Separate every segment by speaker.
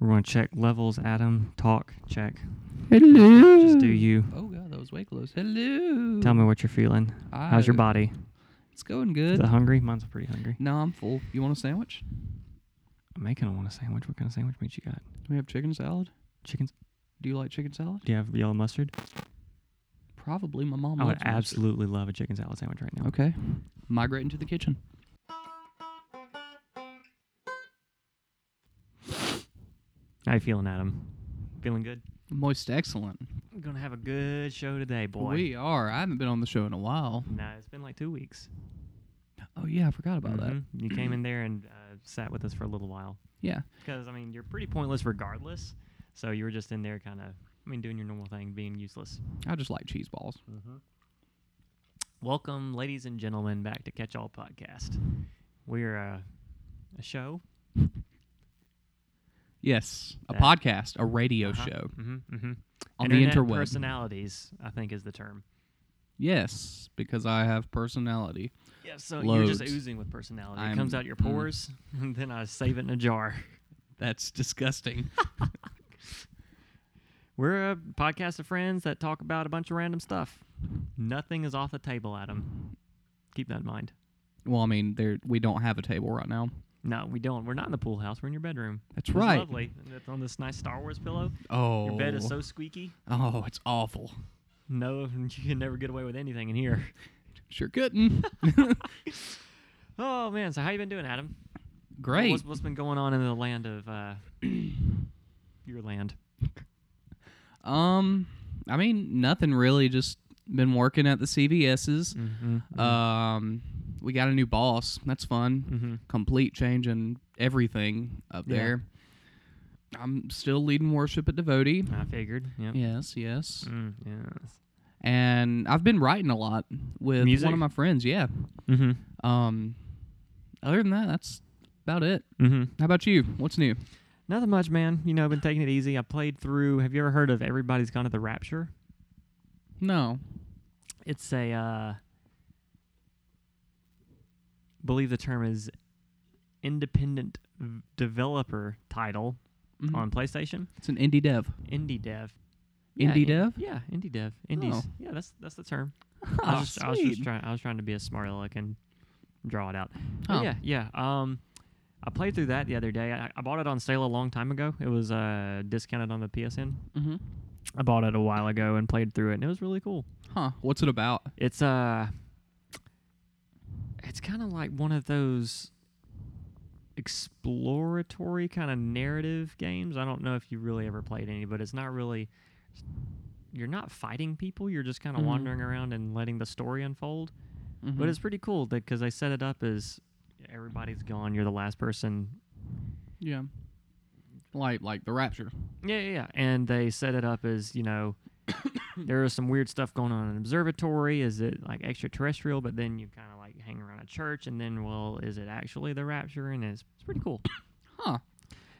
Speaker 1: We're going to check levels, Adam. Talk, check.
Speaker 2: Hello.
Speaker 1: Just do you.
Speaker 2: Oh god, that was way close. Hello.
Speaker 1: Tell me what you're feeling. How's your
Speaker 2: I-
Speaker 1: body?
Speaker 2: It's going
Speaker 1: Is
Speaker 2: good.
Speaker 1: it hungry? Mine's pretty hungry.
Speaker 2: No, I'm full. You want a sandwich?
Speaker 1: I'm making a want a sandwich. What kind of sandwich meat you got?
Speaker 2: Do we have chicken salad?
Speaker 1: Chicken?
Speaker 2: Do you like chicken salad?
Speaker 1: Do you have yellow mustard?
Speaker 2: Probably. My mom.
Speaker 1: I would
Speaker 2: loves mustard.
Speaker 1: absolutely love a chicken salad sandwich right now.
Speaker 2: Okay. Migrate into the kitchen.
Speaker 1: How you feeling, Adam? Feeling good?
Speaker 2: Moist excellent.
Speaker 1: We're going to have a good show today, boy.
Speaker 2: We are. I haven't been on the show in a while.
Speaker 1: No, it's been like two weeks.
Speaker 2: Oh yeah, I forgot about that.
Speaker 1: Mhm. You came in there and uh, sat with us for a little while.
Speaker 2: Yeah.
Speaker 1: Because, I mean, you're pretty pointless regardless. So you were just in there kind of, I mean, doing your normal thing, being useless.
Speaker 2: I just like cheese balls.
Speaker 1: Mm-hmm. Welcome, ladies and gentlemen, back to Catch All Podcast. We're uh, a show.
Speaker 2: Yes. A
Speaker 1: That-
Speaker 2: podcast, a radio
Speaker 1: Uh-huh.
Speaker 2: show
Speaker 1: hmm hmm
Speaker 2: on
Speaker 1: Internet
Speaker 2: the interweb.
Speaker 1: personalities, I think, is the term.
Speaker 2: yes, because I have personality.
Speaker 1: Yeah, so you're just
Speaker 2: Loads.
Speaker 1: oozing with personality. it
Speaker 2: I'm-
Speaker 1: comes out your
Speaker 2: mm.
Speaker 1: pores, and then I save it in a jar.
Speaker 2: That's disgusting.
Speaker 1: We're a podcast of friends that talk about a bunch of random stuff. Nothing is off the table, Adam. Keep that in mind.
Speaker 2: well, I mean, there we don't have a table right now.
Speaker 1: No, we don't. We're not in the pool house. We're in your bedroom.
Speaker 2: That's
Speaker 1: It's
Speaker 2: right.
Speaker 1: lovely. And It's on this nice Star Wars pillow.
Speaker 2: Oh,
Speaker 1: Your bed is so squeaky.
Speaker 2: oh, it's awful.
Speaker 1: No, you can never get away with anything in here.
Speaker 2: Sure couldn't.
Speaker 1: Oh man, so how you been doing, Adam? What-
Speaker 2: Great.
Speaker 1: What's, what's been going on in the land of uh, your land?
Speaker 2: Um, I mean, nothing really. Just been working at the CVS's.
Speaker 1: Mm-hmm.
Speaker 2: Um, we got a new boss. That's fun.
Speaker 1: mm-hmm.
Speaker 2: Complete change in everything up
Speaker 1: Yeah.
Speaker 2: there. I'm still leading worship at Devotee.
Speaker 1: I figured. Yep.
Speaker 2: Yes, yes.
Speaker 1: Mm, yes.
Speaker 2: And I've been writing a lot with
Speaker 1: Music?
Speaker 2: one of my friends. Yeah.
Speaker 1: Mm-hmm.
Speaker 2: Um, other than that, that's about it.
Speaker 1: Mm-hmm.
Speaker 2: How about you? What's new?
Speaker 1: Nothing much, man. You know, I've been taking it easy. I played through. Have you ever heard of Everybody's Gone to the Rapture?
Speaker 2: No.
Speaker 1: It's a. Uh, believe the term is independent v- developer title
Speaker 2: Mhm.
Speaker 1: on PlayStation.
Speaker 2: It's an indie dev.
Speaker 1: Indie dev.
Speaker 2: Indie
Speaker 1: in-
Speaker 2: dev?
Speaker 1: Yeah, indie dev. Indies.
Speaker 2: Oh.
Speaker 1: Yeah, that's that's the term. I was just, I was just trying. I was trying to be as smart as I can draw it out. But
Speaker 2: Oh.
Speaker 1: Yeah, yeah. Um, I played through that the other day. I, I bought it on sale a long time ago. It was uh discounted on the PSN.
Speaker 2: hmm
Speaker 1: I bought it a while ago and played through it, and it was really cool.
Speaker 2: Huh. What's it about?
Speaker 1: It's uh, it's kind of like one of those exploratory kind of narrative games. I don't know if you really ever played any, but it's not really. You're not fighting people. You're just kind of
Speaker 2: Mhm.
Speaker 1: wandering around and letting the story unfold. But
Speaker 2: Mhm.
Speaker 1: it's pretty cool because they set it up as everybody's gone. You're the last person.
Speaker 2: yeah, like like the Rapture.
Speaker 1: Yeah, yeah, yeah. And they set it up as you know, there is some weird stuff going on in an observatory. Is it like extraterrestrial? But then you kind of like hang around a church, and then well, is it actually the rapture? And it's it's pretty cool.
Speaker 2: Huh.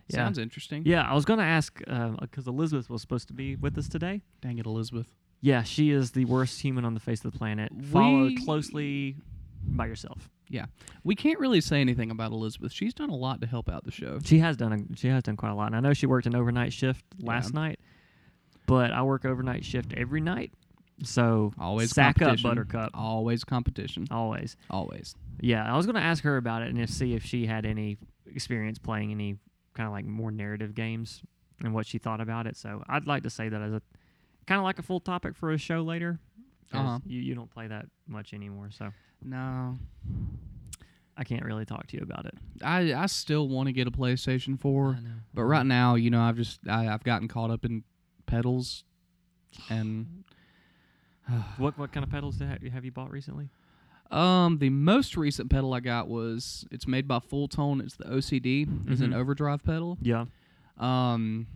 Speaker 1: Yeah.
Speaker 2: Sounds interesting.
Speaker 1: Yeah, I was gonna ask because Elizabeth was supposed to be with us today.
Speaker 2: Dang it, Elizabeth.
Speaker 1: Yeah, she is the worst human on the face of the planet, followed
Speaker 2: We-
Speaker 1: closely by yourself.
Speaker 2: We can't really say anything about Elizabeth. She's done a lot to help out the show.
Speaker 1: She has done a, she has done quite a lot, and I know she worked an overnight shift last night. But I work overnight shift every night, so
Speaker 2: Always
Speaker 1: sack up,
Speaker 2: competition.
Speaker 1: Buttercup,
Speaker 2: Always competition.
Speaker 1: always.
Speaker 2: Always.
Speaker 1: Yeah, I was going to ask her about it and if, see if she had any experience playing any kind of like more narrative games and what she thought about it. So I'd like to say that as a kind of like a full topic for a show later. 'cause
Speaker 2: Uh-huh.
Speaker 1: You you don't play that much anymore, so
Speaker 2: No,
Speaker 1: I can't really talk to you about it.
Speaker 2: I I still want to get a PlayStation Four,
Speaker 1: I know.
Speaker 2: but right now, you know, I've just I, I've gotten caught up in pedals, and
Speaker 1: what what kind of pedals do- have you bought recently?
Speaker 2: um the most recent pedal I got was it's made by Full Tone. It's the OCD. It's an
Speaker 1: Mhm.
Speaker 2: overdrive pedal.
Speaker 1: Yeah.
Speaker 2: Um,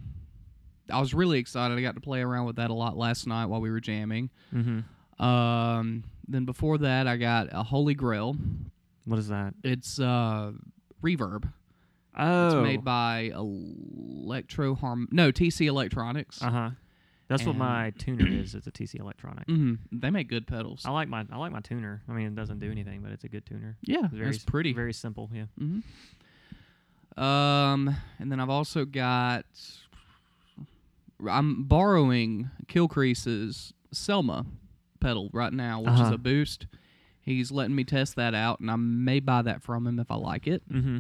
Speaker 2: I was really excited. I got to play around with that a lot last night while we were jamming.
Speaker 1: Mm-hmm.
Speaker 2: Um, then before that, I got a Holy Grail.
Speaker 1: What is that?
Speaker 2: It's uh, Reverb.
Speaker 1: Oh,
Speaker 2: It's made by Electro Harm. No, TC Electronics.
Speaker 1: Uh huh. That's what
Speaker 2: And-
Speaker 1: my tuner is. It's a TC Electronic.
Speaker 2: Mhm. They make good pedals.
Speaker 1: I like my I like my tuner. I mean, it doesn't do anything, but it's a good tuner.
Speaker 2: yeah,
Speaker 1: It's very
Speaker 2: it's
Speaker 1: s-
Speaker 2: pretty.
Speaker 1: very simple. Yeah.
Speaker 2: hmm Um, and then I've also got. I'm borrowing Kill Crease's Selma pedal right now, which is
Speaker 1: Uh-huh.
Speaker 2: a boost. He's letting me test that out, and I may buy that from him if I like it.
Speaker 1: Mm-hmm.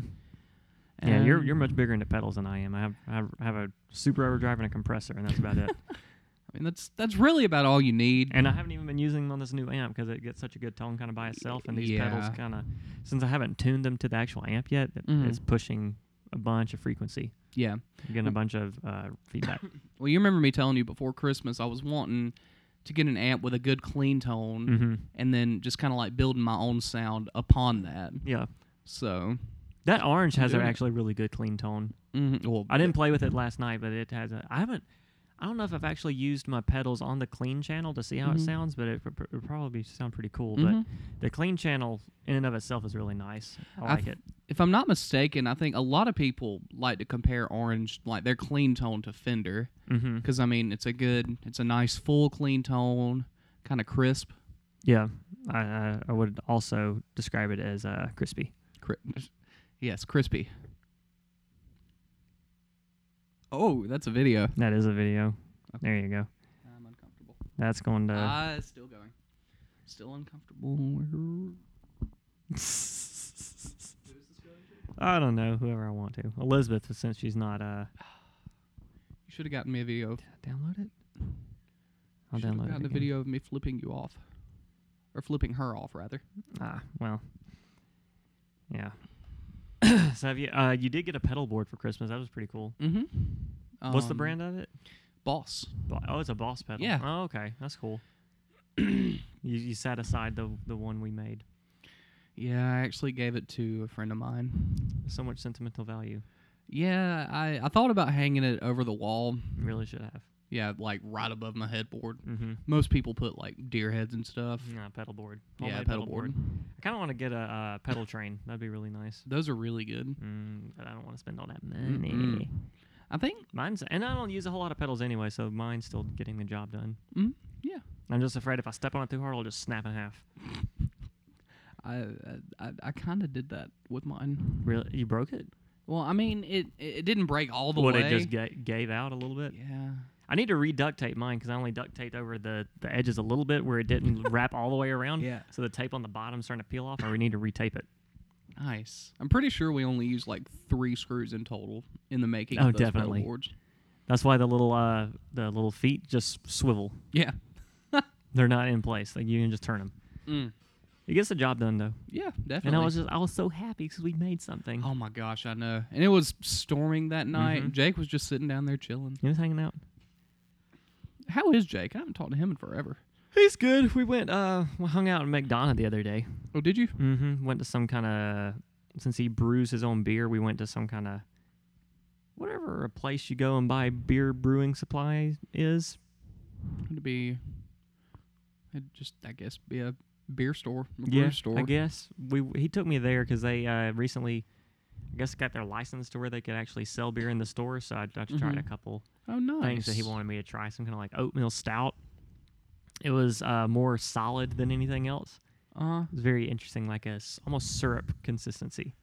Speaker 1: Yeah, you're
Speaker 2: And-
Speaker 1: you're much bigger into pedals than I am. I have I have, I have a super overdrive and a compressor, and that's about it.
Speaker 2: I mean, that's that's really about all you need.
Speaker 1: And I haven't even been using them on this new amp because it gets such a good tone kind of by itself. And these pedals
Speaker 2: Yeah.
Speaker 1: kind of, since I haven't tuned them to the actual amp yet, it-
Speaker 2: Mhm.
Speaker 1: it's pushing a bunch of frequency,
Speaker 2: yeah.
Speaker 1: You're
Speaker 2: Mm.
Speaker 1: getting a bunch of uh, feedback.
Speaker 2: Well, you remember me telling you before Christmas I was wanting to get an amp with a good clean tone,
Speaker 1: hmm
Speaker 2: and then just kind of like building my own sound upon that.
Speaker 1: Yeah,
Speaker 2: So,
Speaker 1: that orange has a
Speaker 2: Doing it.
Speaker 1: actually really good clean tone.
Speaker 2: mhm, well,
Speaker 1: I didn't play with it last night, but it has. A, I haven't. I don't know if I've actually used my pedals on the clean channel to see how it
Speaker 2: Mhm.
Speaker 1: sounds, but it would probably sound pretty cool.
Speaker 2: mhm.
Speaker 1: But the clean channel in and of itself is really nice. I
Speaker 2: I
Speaker 1: like
Speaker 2: th-
Speaker 1: it.
Speaker 2: if I'm not mistaken, I think a lot of people like to compare orange, like their clean tone, to Fender,
Speaker 1: Mm-hmm.
Speaker 2: because I mean, it's a good, it's a nice full clean tone, kind of crisp.
Speaker 1: Yeah, I, I, I would also describe it as uh, crispy.
Speaker 2: Cri- yes, crispy. Oh, that's a video.
Speaker 1: That is a video.
Speaker 2: Okay.
Speaker 1: There you go.
Speaker 2: I'm uncomfortable.
Speaker 1: That's going to.
Speaker 2: Ah, it's still going. Still uncomfortable.
Speaker 1: I don't know whoever I want to. Elizabeth, since she's not. Uh,
Speaker 2: You should have gotten me a video. of-
Speaker 1: did I download it. I'll
Speaker 2: should have
Speaker 1: download it.
Speaker 2: gotten a
Speaker 1: again.
Speaker 2: video of me flipping you off, or flipping her off rather.
Speaker 1: Ah, well. Yeah. so have you? Uh, you did get a pedal board for Christmas. That was pretty cool.
Speaker 2: Mm-hmm.
Speaker 1: What's the brand of it?
Speaker 2: Boss.
Speaker 1: Bo- Oh, it's a Boss pedal.
Speaker 2: Um, Yeah.
Speaker 1: Oh, okay. That's cool. you, you set aside the the one we made.
Speaker 2: Yeah, I actually gave it to a friend of mine.
Speaker 1: So much sentimental value.
Speaker 2: Yeah, I, I thought about hanging it over the wall.
Speaker 1: You really should have.
Speaker 2: Yeah, like right above my headboard.
Speaker 1: Mm-hmm.
Speaker 2: Most people put like deer heads and stuff.
Speaker 1: Nah, pedal board.
Speaker 2: yeah,
Speaker 1: Mm-hmm. Homemade
Speaker 2: pedal board.
Speaker 1: I kind of want to get a uh, pedal train. That'd be really nice.
Speaker 2: Those are really good.
Speaker 1: Mm, but I don't want to spend all that
Speaker 2: Mm-mm.
Speaker 1: money.
Speaker 2: I think.
Speaker 1: Mine's and I don't use a whole lot of pedals anyway, so mine's still getting the job done.
Speaker 2: Mm, yeah.
Speaker 1: I'm just afraid if I step on it too hard, it'll just snap in half.
Speaker 2: I I- I, I kind of did that with mine.
Speaker 1: Really, you broke it?
Speaker 2: Well, I mean, it it didn't break all the
Speaker 1: What
Speaker 2: way.
Speaker 1: it just ga- gave out a little bit.
Speaker 2: yeah.
Speaker 1: I need to re-duct tape mine because I only duct taped over the the edges a little bit where it didn't wrap all the way around.
Speaker 2: Yeah.
Speaker 1: So the tape on the bottom's starting to peel off, and we need to retape it.
Speaker 2: Nice. I'm pretty sure we only used like three screws in total in the making.
Speaker 1: Oh,
Speaker 2: of those pedal
Speaker 1: definitely.
Speaker 2: boards.
Speaker 1: That's why the little uh the little feet just swivel.
Speaker 2: Yeah.
Speaker 1: They're not in place. Like you can just turn them.
Speaker 2: Mm.
Speaker 1: It gets the job done though.
Speaker 2: Yeah, definitely.
Speaker 1: And I was just I was so happy because we made something.
Speaker 2: Oh my gosh, I know. And it was storming that night.
Speaker 1: Mhm.
Speaker 2: Jake was just sitting down there chilling.
Speaker 1: He was hanging out.
Speaker 2: How is Jake? I haven't talked to him in forever.
Speaker 1: He's good. We went uh we hung out in McDonough the other day.
Speaker 2: Oh, did you?
Speaker 1: Mm-hmm. Went to some kind of since he brews his own beer, we went to some kind of whatever a place you go and buy beer brewing supply is.
Speaker 2: It'd be, it'd just I guess be a beer store, a
Speaker 1: yeah,
Speaker 2: brew store.
Speaker 1: I guess we he took me there because they uh, recently, I guess, got their license to where they could actually sell beer in the store. So I, I tried a
Speaker 2: Mhm.
Speaker 1: couple
Speaker 2: Oh, nice.
Speaker 1: things that he wanted me to try, some kind of like oatmeal stout. It was uh, more solid than anything else.
Speaker 2: Uh,
Speaker 1: It was very interesting, like a s- almost syrup consistency,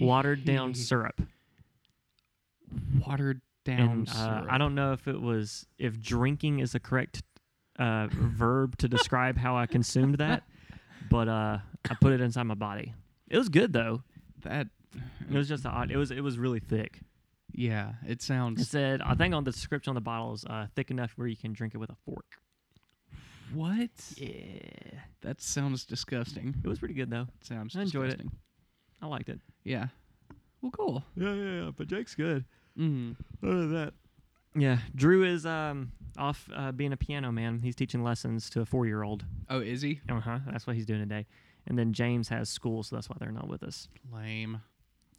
Speaker 1: watered down syrup.
Speaker 2: watered down.
Speaker 1: And uh,
Speaker 2: syrup.
Speaker 1: I don't know if it was if drinking is the correct uh, verb to describe how I consumed that, but uh, I put it inside my body. It was good though.
Speaker 2: that.
Speaker 1: It was just a odd. It was it was really thick.
Speaker 2: Yeah, it sounds.
Speaker 1: It said I think on the description on the bottle is uh, thick enough where you can drink it with a fork.
Speaker 2: what?
Speaker 1: Yeah,
Speaker 2: That sounds disgusting.
Speaker 1: it was pretty good though.
Speaker 2: It sounds.
Speaker 1: I enjoyed it.
Speaker 2: disgusting.
Speaker 1: I liked it.
Speaker 2: Yeah. Well, cool.
Speaker 1: Yeah, yeah, yeah. But Jake's good. Mm-hmm.
Speaker 2: Mm.
Speaker 1: Other than that, yeah. Drew is um off uh, being a piano man. He's teaching lessons to a four year old.
Speaker 2: Oh, is he
Speaker 1: Uh huh. That's what he's doing today. And then James has school, so that's why they're not with us.
Speaker 2: lame?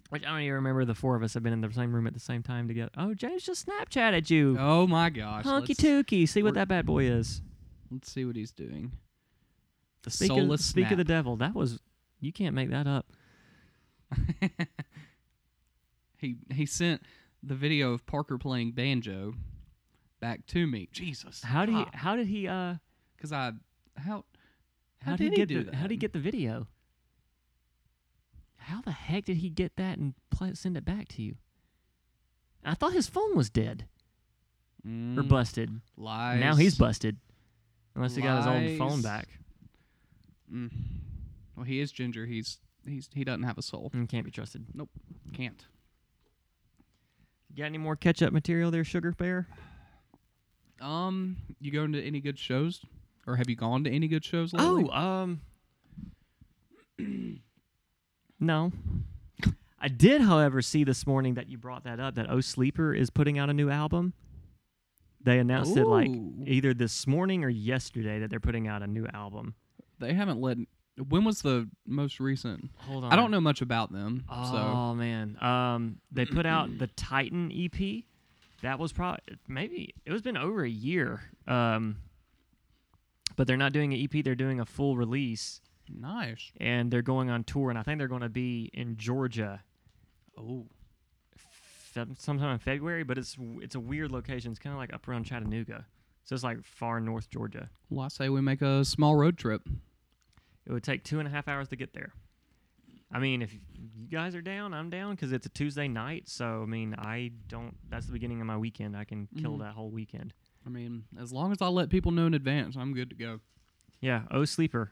Speaker 1: Which I don't even remember the four of us have been in the same room at the same time together. Oh, James just Snapchat at you.
Speaker 2: Oh my gosh.
Speaker 1: Honky
Speaker 2: let's-
Speaker 1: tookie. See what
Speaker 2: we're-
Speaker 1: that bad boy is.
Speaker 2: Let's see what he's doing. The
Speaker 1: Speak, of,
Speaker 2: soulless
Speaker 1: speak of the
Speaker 2: snap.
Speaker 1: devil. That was. You can't make that up.
Speaker 2: he he sent the video of Parker playing banjo back to me. Jesus.
Speaker 1: How do you? How did he? Uh.
Speaker 2: Because I how
Speaker 1: How,
Speaker 2: How
Speaker 1: did,
Speaker 2: did he
Speaker 1: he get
Speaker 2: do
Speaker 1: the? How did he
Speaker 2: that?
Speaker 1: get the video? How the heck did he get that and play, send it back to you? I thought his phone was dead or
Speaker 2: Mm,
Speaker 1: busted.
Speaker 2: lies.
Speaker 1: Now he's busted. Unless he got his old phone
Speaker 2: Lies.
Speaker 1: back.
Speaker 2: Mm. Well, he is ginger. He's he's he doesn't have a soul.
Speaker 1: Mm, can't be trusted.
Speaker 2: Can't.
Speaker 1: Got any more catch up material there, Sugar Bear?
Speaker 2: Um, you going to any good shows, or have you gone to any good shows lately?
Speaker 1: Oh, um, no. I did, however, see this morning that you brought that up that O Sleeper is putting out a new album. They announced it like
Speaker 2: Ooh.
Speaker 1: either this morning or yesterday that they're putting out a new album.
Speaker 2: they haven't let. When was the most recent?
Speaker 1: Hold on,
Speaker 2: I don't know much about them,
Speaker 1: Oh
Speaker 2: so
Speaker 1: man, um, they put out the Titan EP. That was probably maybe it was been over a year. Um, but they're not doing an EP; they're doing a full release.
Speaker 2: nice.
Speaker 1: and they're going on tour, and I think they're going to be in Georgia
Speaker 2: Oh,
Speaker 1: fe- sometime in February. But it's w- it's a weird location. It's kind of like up around Chattanooga, so it's like far north Georgia.
Speaker 2: well, I say we make a small road trip.
Speaker 1: It would take two and a half hours to get there. I mean, if you guys are down, I'm down because it's a Tuesday night. So I mean, I don't. That's the beginning of my weekend. I can kill
Speaker 2: Mhm.
Speaker 1: that whole weekend.
Speaker 2: I mean, as long as I let people know in advance, I'm good to go.
Speaker 1: Yeah. Oh, sleeper.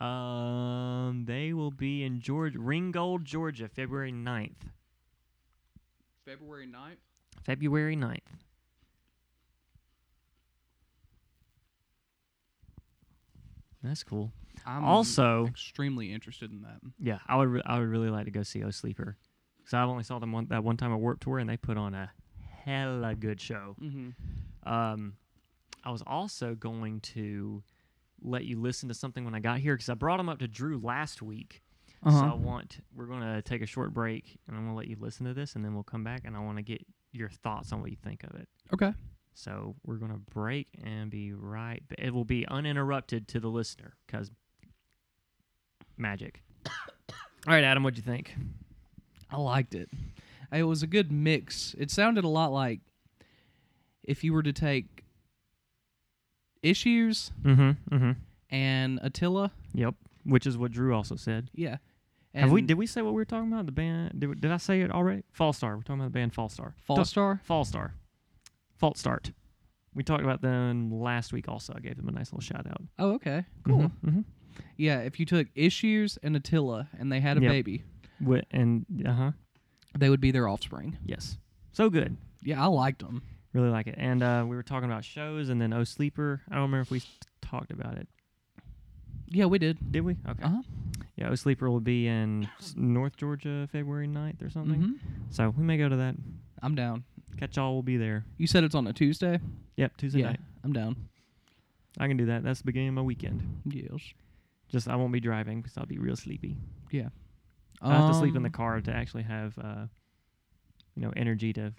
Speaker 1: Um, they will be in Georgia, Ringgold, Georgia, February 9th.
Speaker 2: February 9th?
Speaker 1: February 9th. That's cool.
Speaker 2: I'm
Speaker 1: also,
Speaker 2: extremely interested in that.
Speaker 1: yeah, I would re- I would really like to go see O Sleeper because I've only saw them one, that one time at Warp Tour and they put on a hella good show.
Speaker 2: Mm-hmm.
Speaker 1: Um, I was also going to let you listen to something when I got here because I brought them up to Drew last week.
Speaker 2: Uh-huh.
Speaker 1: So I want we're gonna take a short break and I'm gonna let you listen to this and then we'll come back and I want to get your thoughts on what you think of it.
Speaker 2: Okay.
Speaker 1: So we're going to break and be right. ba- It will be uninterrupted to the listener because magic. All right, Adam, what'd you think?
Speaker 2: I liked it. It was a good mix. It sounded a lot like if you were to take issues
Speaker 1: Mm-hmm. Mm-hmm.
Speaker 2: and Attila.
Speaker 1: Yep. Which is what Drew also said.
Speaker 2: Yeah.
Speaker 1: Have we?
Speaker 2: and
Speaker 1: Did we say what we were talking about? The band? Did, we- did I say it already? False Star. We're talking about the band False Star.
Speaker 2: Fall Star?
Speaker 1: False Star. False Start. We talked about them last week. Also, I gave them a nice little shout out.
Speaker 2: Oh, okay. Cool.
Speaker 1: Mm-hmm.
Speaker 2: Yeah, if you took issues and Attila and they had a
Speaker 1: Yep.
Speaker 2: baby,
Speaker 1: And uh huh.
Speaker 2: they would be their offspring.
Speaker 1: Yes. So good.
Speaker 2: Yeah, I liked them.
Speaker 1: Really like it. And uh, we were talking about shows and then O Sleeper. I don't remember if we s- talked about it.
Speaker 2: Yeah, we did.
Speaker 1: Did we? Okay.
Speaker 2: Uh-huh.
Speaker 1: Yeah, O Sleeper will be in s- North Georgia February 9th or something.
Speaker 2: hmm
Speaker 1: So we may go to that.
Speaker 2: I'm down.
Speaker 1: Catch all will be there.
Speaker 2: You said it's on a Tuesday?
Speaker 1: Yep, Tuesday
Speaker 2: yeah,
Speaker 1: night.
Speaker 2: I'm down.
Speaker 1: I can do that. That's the beginning of my weekend.
Speaker 2: Yes.
Speaker 1: Just I won't be driving because I'll be real sleepy. I
Speaker 2: I
Speaker 1: have to sleep in
Speaker 2: Um.
Speaker 1: the car to actually have, uh, you know, energy to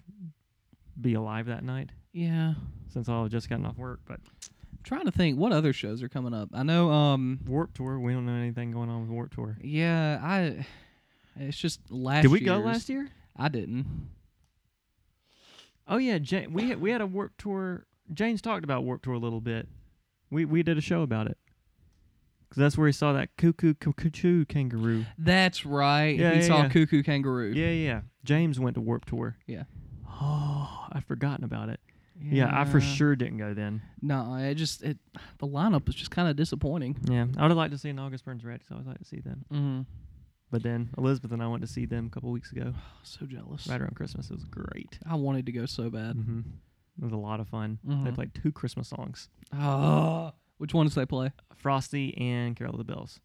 Speaker 1: be alive that night
Speaker 2: Yeah.
Speaker 1: since I've just gotten off work. But
Speaker 2: trying to think what other shows are coming up. I know um
Speaker 1: Warp Tour, we don't know anything going on with Warp Tour.
Speaker 2: yeah, I it's just last
Speaker 1: Did we go
Speaker 2: year's-
Speaker 1: last year?
Speaker 2: I didn't.
Speaker 1: Oh yeah, Ja we had, we had a warp tour. James talked about warp tour a little bit. We we did a show about it because that's where he saw that cuckoo cu- cuckoo kangaroo.
Speaker 2: That's right.
Speaker 1: Yeah,
Speaker 2: he
Speaker 1: yeah,
Speaker 2: saw
Speaker 1: yeah.
Speaker 2: Cuckoo Kangaroo.
Speaker 1: Yeah, yeah. James went to warp tour.
Speaker 2: Yeah.
Speaker 1: Oh, I'd forgotten about it. Yeah, I for
Speaker 2: Yeah.
Speaker 1: sure didn't go then.
Speaker 2: No, it just it the lineup was just kind of disappointing.
Speaker 1: Yeah, I would have liked to see an August Burns Red. 'cause I always like to see them.
Speaker 2: Mm-hmm.
Speaker 1: But then Elizabeth and I went to see them a couple weeks ago,
Speaker 2: So jealous.
Speaker 1: right around Christmas. It was great.
Speaker 2: I wanted to go so bad.
Speaker 1: hmm It was a lot of fun. They
Speaker 2: Mhm.
Speaker 1: played two Christmas songs,
Speaker 2: Oh, which ones they play?
Speaker 1: Frosty and Carol of the Bells.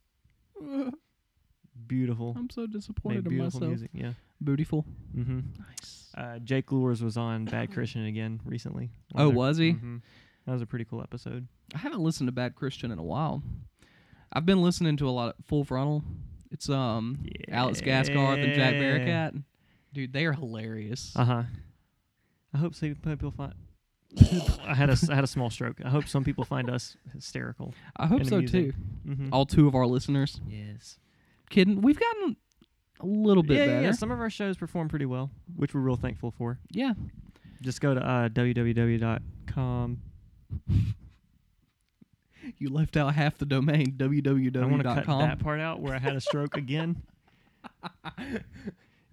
Speaker 1: Beautiful.
Speaker 2: I'm so
Speaker 1: Made
Speaker 2: disappointed in
Speaker 1: beautiful
Speaker 2: myself.
Speaker 1: music. Yeah.
Speaker 2: Beautiful.
Speaker 1: Mm-hmm.
Speaker 2: Nice.
Speaker 1: Uh, Jake Lures was on Bad Christian again recently.
Speaker 2: Oh, was he?
Speaker 1: hmm That was a pretty cool episode.
Speaker 2: I haven't listened to Bad Christian in a while. I've been listening to a lot of Full Frontal. It's um Alex Gaskarth and Jack
Speaker 1: Yeah.
Speaker 2: Barricat. Dude, they are hilarious.
Speaker 1: Uh huh. I hope some people find. I had a s- I had a small stroke. I hope some people find us hysterical.
Speaker 2: I hope
Speaker 1: and
Speaker 2: so
Speaker 1: amusing.
Speaker 2: too.
Speaker 1: Mm-hmm.
Speaker 2: All two of our listeners.
Speaker 1: yes.
Speaker 2: Kidding. We've gotten a little bit
Speaker 1: yeah, yeah,
Speaker 2: better.
Speaker 1: yeah. Some of our shows perform pretty well, which we're real thankful for.
Speaker 2: Yeah.
Speaker 1: Just go to uh, www.com.
Speaker 2: You left out half the domain
Speaker 1: I want to cut
Speaker 2: www.com.
Speaker 1: that part out where I had a stroke again.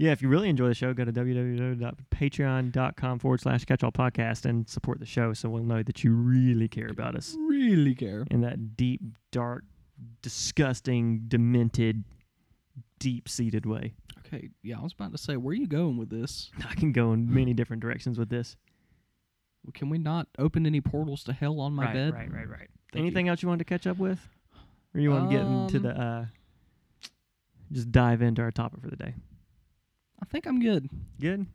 Speaker 1: Yeah, if you really enjoy the show, go to E www.patreon.com forward slash catchall podcast and support the show so we'll know that you really care about us
Speaker 2: Really care.
Speaker 1: in that deep, dark, disgusting, demented, deep seated way.
Speaker 2: Okay, yeah, I was about to say, where are you going with this?
Speaker 1: I can go in many different directions with this.
Speaker 2: Can we not open any portals to hell on my
Speaker 1: right,
Speaker 2: bed?
Speaker 1: Right, right, right.
Speaker 2: Thank
Speaker 1: Anything else you wanted to catch up with? Or you want to get into
Speaker 2: Um,
Speaker 1: the uh just dive into our topic for the day.
Speaker 2: I think I'm good.
Speaker 1: Good?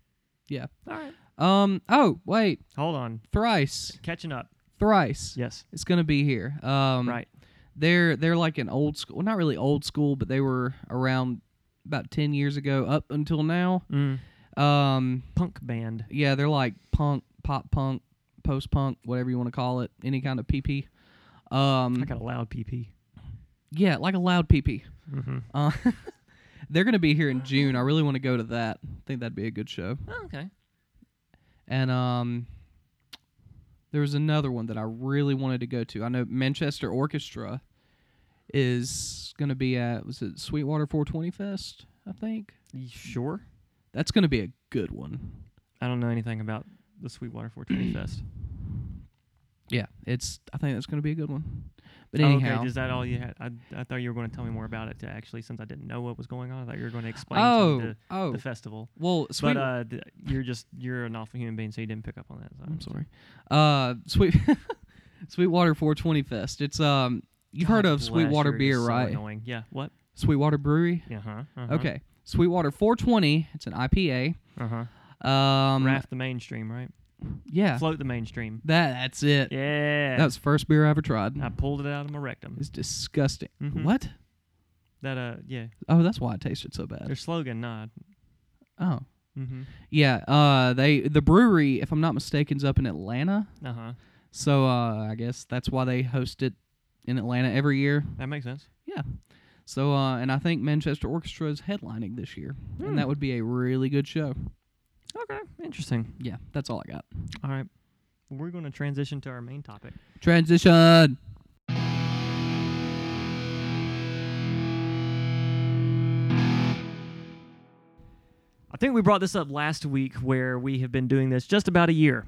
Speaker 2: Yeah.
Speaker 1: All right.
Speaker 2: Um. Oh, wait.
Speaker 1: Hold on.
Speaker 2: Thrice.
Speaker 1: Catching up.
Speaker 2: Thrice.
Speaker 1: Yes.
Speaker 2: It's gonna be here. Um,
Speaker 1: right.
Speaker 2: They're they're like an old school, well, not really old school, but they were around about ten years ago up until now.
Speaker 1: Mm.
Speaker 2: Um.
Speaker 1: Punk band.
Speaker 2: Yeah, they're like punk, pop punk, post punk, whatever you want to call it, any kind of PP. Um.
Speaker 1: I got a loud PP.
Speaker 2: Yeah, like a loud PP.
Speaker 1: Mm-hmm.
Speaker 2: Uh, they're gonna be here in June. I really want to go to that. I think that'd be a good show.
Speaker 1: okay.
Speaker 2: And um, there was another one that I really wanted to go to. I know Manchester Orchestra is gonna be at was it Sweetwater 420 Fest? I think
Speaker 1: You sure?
Speaker 2: that's gonna be a good one.
Speaker 1: I don't know anything about the Sweetwater 420 Fest.
Speaker 2: Yeah, it's. I think that's gonna be a good one. But
Speaker 1: Oh,
Speaker 2: anyhow,
Speaker 1: okay, is that all you had? I, I thought you were going to tell me more about it. To actually, since I didn't know what was going on, I thought you were going to explain
Speaker 2: oh,
Speaker 1: to me the,
Speaker 2: oh,
Speaker 1: the festival.
Speaker 2: well, sweet.
Speaker 1: But uh, th- you're just you're an awful human being, so you didn't pick up on that. So
Speaker 2: I'm sorry. Uh, sweet, Sweetwater 420 Fest. It's um, you've heard
Speaker 1: God
Speaker 2: of
Speaker 1: bless,
Speaker 2: Sweetwater
Speaker 1: you're
Speaker 2: beer,
Speaker 1: just so
Speaker 2: right?
Speaker 1: Annoying. Yeah. What?
Speaker 2: Sweetwater Brewery.
Speaker 1: Uh huh.
Speaker 2: Okay, Sweetwater 420. It's an IPA.
Speaker 1: Uh huh.
Speaker 2: Um,
Speaker 1: Raft the mainstream, right?
Speaker 2: yeah,
Speaker 1: Float the mainstream.
Speaker 2: that that's it.
Speaker 1: Yeah.
Speaker 2: That was the first beer I ever tried.
Speaker 1: I pulled it out of my rectum.
Speaker 2: It's disgusting.
Speaker 1: Mhm.
Speaker 2: What?
Speaker 1: That uh, yeah.
Speaker 2: Oh, that's why it tasted so bad.
Speaker 1: Their slogan, nah.
Speaker 2: Oh,
Speaker 1: Mm-hmm.
Speaker 2: yeah. Uh, they the brewery, if I'm not mistaken, is up in Atlanta.
Speaker 1: Uh huh.
Speaker 2: So uh, I guess that's why they host it in Atlanta every year.
Speaker 1: That makes sense.
Speaker 2: So uh, and I think Manchester Orchestra is headlining this year,
Speaker 1: Hmm.
Speaker 2: and that would be a really good show.
Speaker 1: Okay. Interesting.
Speaker 2: Yeah, that's all I got.
Speaker 1: All right. We're going to transition to our main topic.
Speaker 2: Transition.
Speaker 1: I think we brought this up last week where we have been doing this just about a year.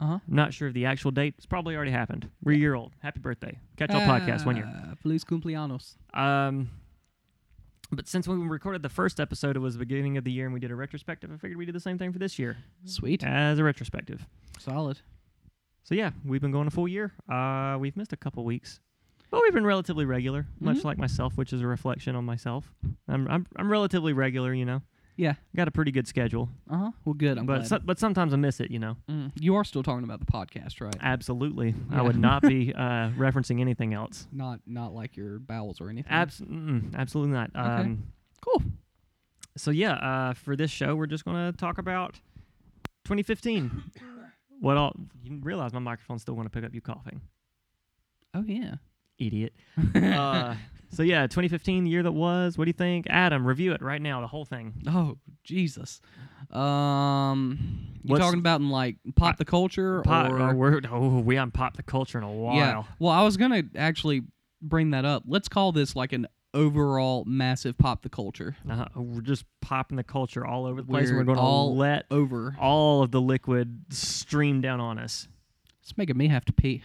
Speaker 2: Uh huh.
Speaker 1: I'm not sure of the actual date. It's probably already happened. We're a year old. Happy birthday. Catch all podcast one year.
Speaker 2: Ah, Feliz cumpleaños.
Speaker 1: Um, but since when we recorded the first episode, it was the beginning of the year and we did a retrospective, I figured we did the same thing for this year
Speaker 2: Sweet.
Speaker 1: as a retrospective.
Speaker 2: Solid.
Speaker 1: So yeah, we've been going a full year. Uh, we've missed a couple weeks, but we've been relatively regular, much
Speaker 2: Mhm.
Speaker 1: like myself, which is a reflection on myself. I'm I'm, I'm relatively regular, you know.
Speaker 2: Yeah.
Speaker 1: Got a pretty good schedule,
Speaker 2: Uh huh. Well, good. I'm
Speaker 1: but
Speaker 2: glad.
Speaker 1: so- but sometimes I miss it, you know.
Speaker 2: Mm. You are still talking about the podcast, right?
Speaker 1: Absolutely, I
Speaker 2: Yeah.
Speaker 1: would not be uh, referencing anything else.
Speaker 2: Not not like your bowels or anything.
Speaker 1: Abs- mm, absolutely not.
Speaker 2: Okay.
Speaker 1: Um,
Speaker 2: Cool.
Speaker 1: So yeah, uh, for this show, we're just gonna talk about 2015. what all? You didn't realize my microphone's still gonna pick up you coughing,
Speaker 2: oh yeah.
Speaker 1: idiot. uh, so yeah, 2015, the year that was. What do you think, Adam? Review it right now, the whole thing.
Speaker 2: Oh Jesus. Um, you
Speaker 1: What's-
Speaker 2: talking about in like pop the culture
Speaker 1: Pop,
Speaker 2: or
Speaker 1: oh, we're, oh, we haven't popped the culture in a while.
Speaker 2: yeah? Well, I was gonna actually bring that up. Let's call this like an overall massive pop the culture
Speaker 1: Uh, we're just popping the culture all over the place. and
Speaker 2: We're
Speaker 1: We're gonna
Speaker 2: all-
Speaker 1: let
Speaker 2: over.
Speaker 1: all of the liquid stream down on us.
Speaker 2: It's making me have to pee.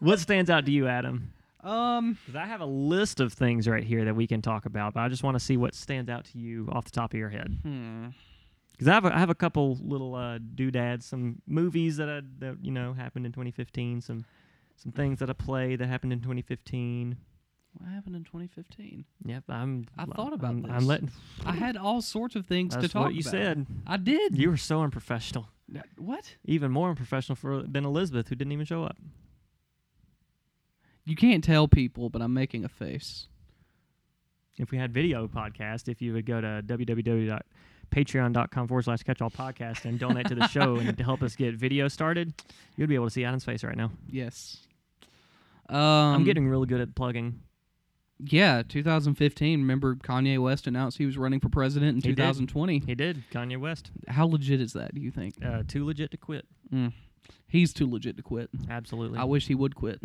Speaker 1: What stands out to you, Adam?
Speaker 2: Um.
Speaker 1: 'Cause I have a list of things right here that we can talk about, but I just want to see what stands out to you off the top of your head.
Speaker 2: Hmm.
Speaker 1: Because I have a, I have a couple little uh, doodads, some movies that I, that you know happened in 2015, some some things that I played that happened in 2015.
Speaker 2: What happened in 2015?
Speaker 1: Yep, I'm.
Speaker 2: I thought about
Speaker 1: I'm, I'm
Speaker 2: this.
Speaker 1: letting.
Speaker 2: I had all sorts of things to
Speaker 1: That's
Speaker 2: talk
Speaker 1: what you
Speaker 2: about.
Speaker 1: said.
Speaker 2: I did.
Speaker 1: You were so unprofessional,
Speaker 2: What?
Speaker 1: even more unprofessional for than Elizabeth, who didn't even show up.
Speaker 2: You can't tell people, but I'm making a face.
Speaker 1: if we had video podcast, if you would go to www.patreon.com forward slash catch all podcast and donate to the show and to help us get video started, you'd be able to see Adam's face right now.
Speaker 2: Yes. Um,
Speaker 1: I'm getting really good at plugging.
Speaker 2: Yeah, 2015. Remember, Kanye West announced he was running for president in
Speaker 1: He did.
Speaker 2: 2020.
Speaker 1: He did, Kanye West.
Speaker 2: How legit is that? Do you think?
Speaker 1: Uh, too legit to quit.
Speaker 2: Mm. He's too legit to quit.
Speaker 1: Absolutely.
Speaker 2: I wish he would quit.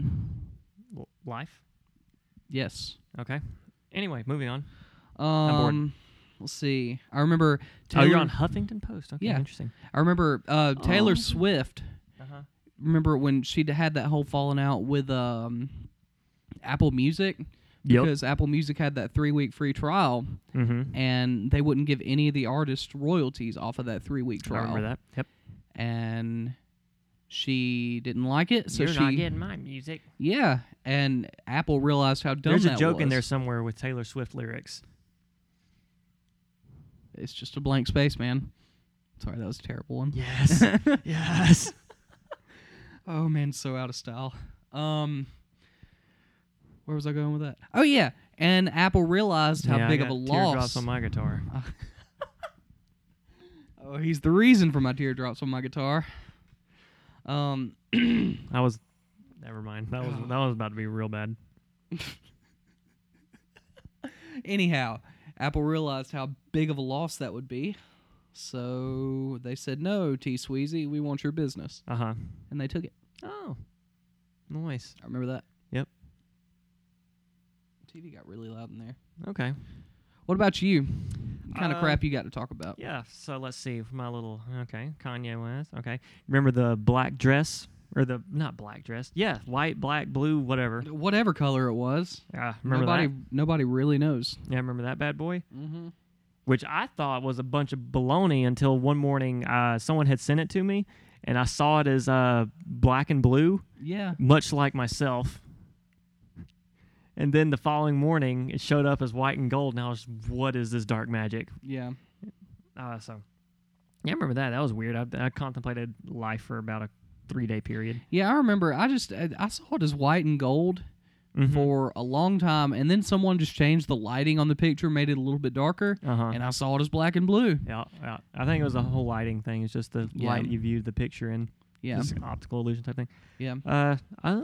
Speaker 1: L- Life.
Speaker 2: Yes.
Speaker 1: Okay. Anyway, moving on.
Speaker 2: Um,
Speaker 1: bored.
Speaker 2: Let's see. I remember. Taylor,
Speaker 1: Oh, you're on Huffington Post. Okay,
Speaker 2: Yeah.
Speaker 1: interesting.
Speaker 2: I remember uh, Taylor
Speaker 1: Oh.
Speaker 2: Swift.
Speaker 1: Uh-huh.
Speaker 2: Remember when she d- had that whole falling out with um, Apple Music because Apple Music had that three week free trial
Speaker 1: Mm-hmm.
Speaker 2: and they wouldn't give any of the artists royalties off of that three week
Speaker 1: I
Speaker 2: trial.
Speaker 1: remember that. Yep.
Speaker 2: And she didn't like it, so
Speaker 1: you're
Speaker 2: she
Speaker 1: not getting my music.
Speaker 2: yeah. And Apple realized how dumb
Speaker 1: There's a
Speaker 2: that
Speaker 1: joke in
Speaker 2: was.
Speaker 1: there somewhere with Taylor Swift lyrics.
Speaker 2: It's just a blank space, man. Sorry, that was a terrible one.
Speaker 1: Yes. yes.
Speaker 2: Oh man, so out of style. Um, where was I going with that? Oh yeah, and Apple realized how
Speaker 1: Yeah, I
Speaker 2: big of a
Speaker 1: got teardrops
Speaker 2: loss.
Speaker 1: on my guitar.
Speaker 2: oh, he's the reason for my teardrops on my guitar. Um,
Speaker 1: I was. Never mind. That was
Speaker 2: Oh.
Speaker 1: that was about to be real bad.
Speaker 2: anyhow, Apple realized how big of a loss that would be, so they said, "No, T Sweezy, we want your business,"
Speaker 1: Uh huh.
Speaker 2: and they took it.
Speaker 1: Oh, nice.
Speaker 2: I remember that.
Speaker 1: Yep.
Speaker 2: TV got really loud in there.
Speaker 1: Okay.
Speaker 2: What about you? What kind of
Speaker 1: Uh,
Speaker 2: crap you got to talk about?
Speaker 1: Yeah. So let's see. My little okay. Kanye West. Okay. Remember the black dress or the not black dress? Yeah, white, black, blue, whatever.
Speaker 2: Whatever color it was.
Speaker 1: Yeah, remember
Speaker 2: nobody,
Speaker 1: that?
Speaker 2: nobody really knows.
Speaker 1: Yeah, remember that bad boy?
Speaker 2: Mm-hmm.
Speaker 1: Which I thought was a bunch of baloney until one morning uh, someone had sent it to me, and I saw it as uh, black and blue,
Speaker 2: Yeah.
Speaker 1: much like myself. And then the following morning, it showed up as white and gold, and I was, "What is this dark magic?"
Speaker 2: Yeah.
Speaker 1: Uh, so, yeah, I remember that. That was weird. I, I contemplated life for about a three-day period.
Speaker 2: Yeah, I remember. I just I, I saw it as white and gold
Speaker 1: Mhm.
Speaker 2: for a long time, and then someone just changed the lighting on the picture, made it a little bit darker,
Speaker 1: Uh-huh.
Speaker 2: and I saw it as black and blue.
Speaker 1: yeah, yeah. I think it was a whole lighting thing. It's just the
Speaker 2: Yeah.
Speaker 1: light you viewed the picture in.
Speaker 2: Yeah.
Speaker 1: Just optical illusion type thing.
Speaker 2: Yeah.
Speaker 1: Uh, uh,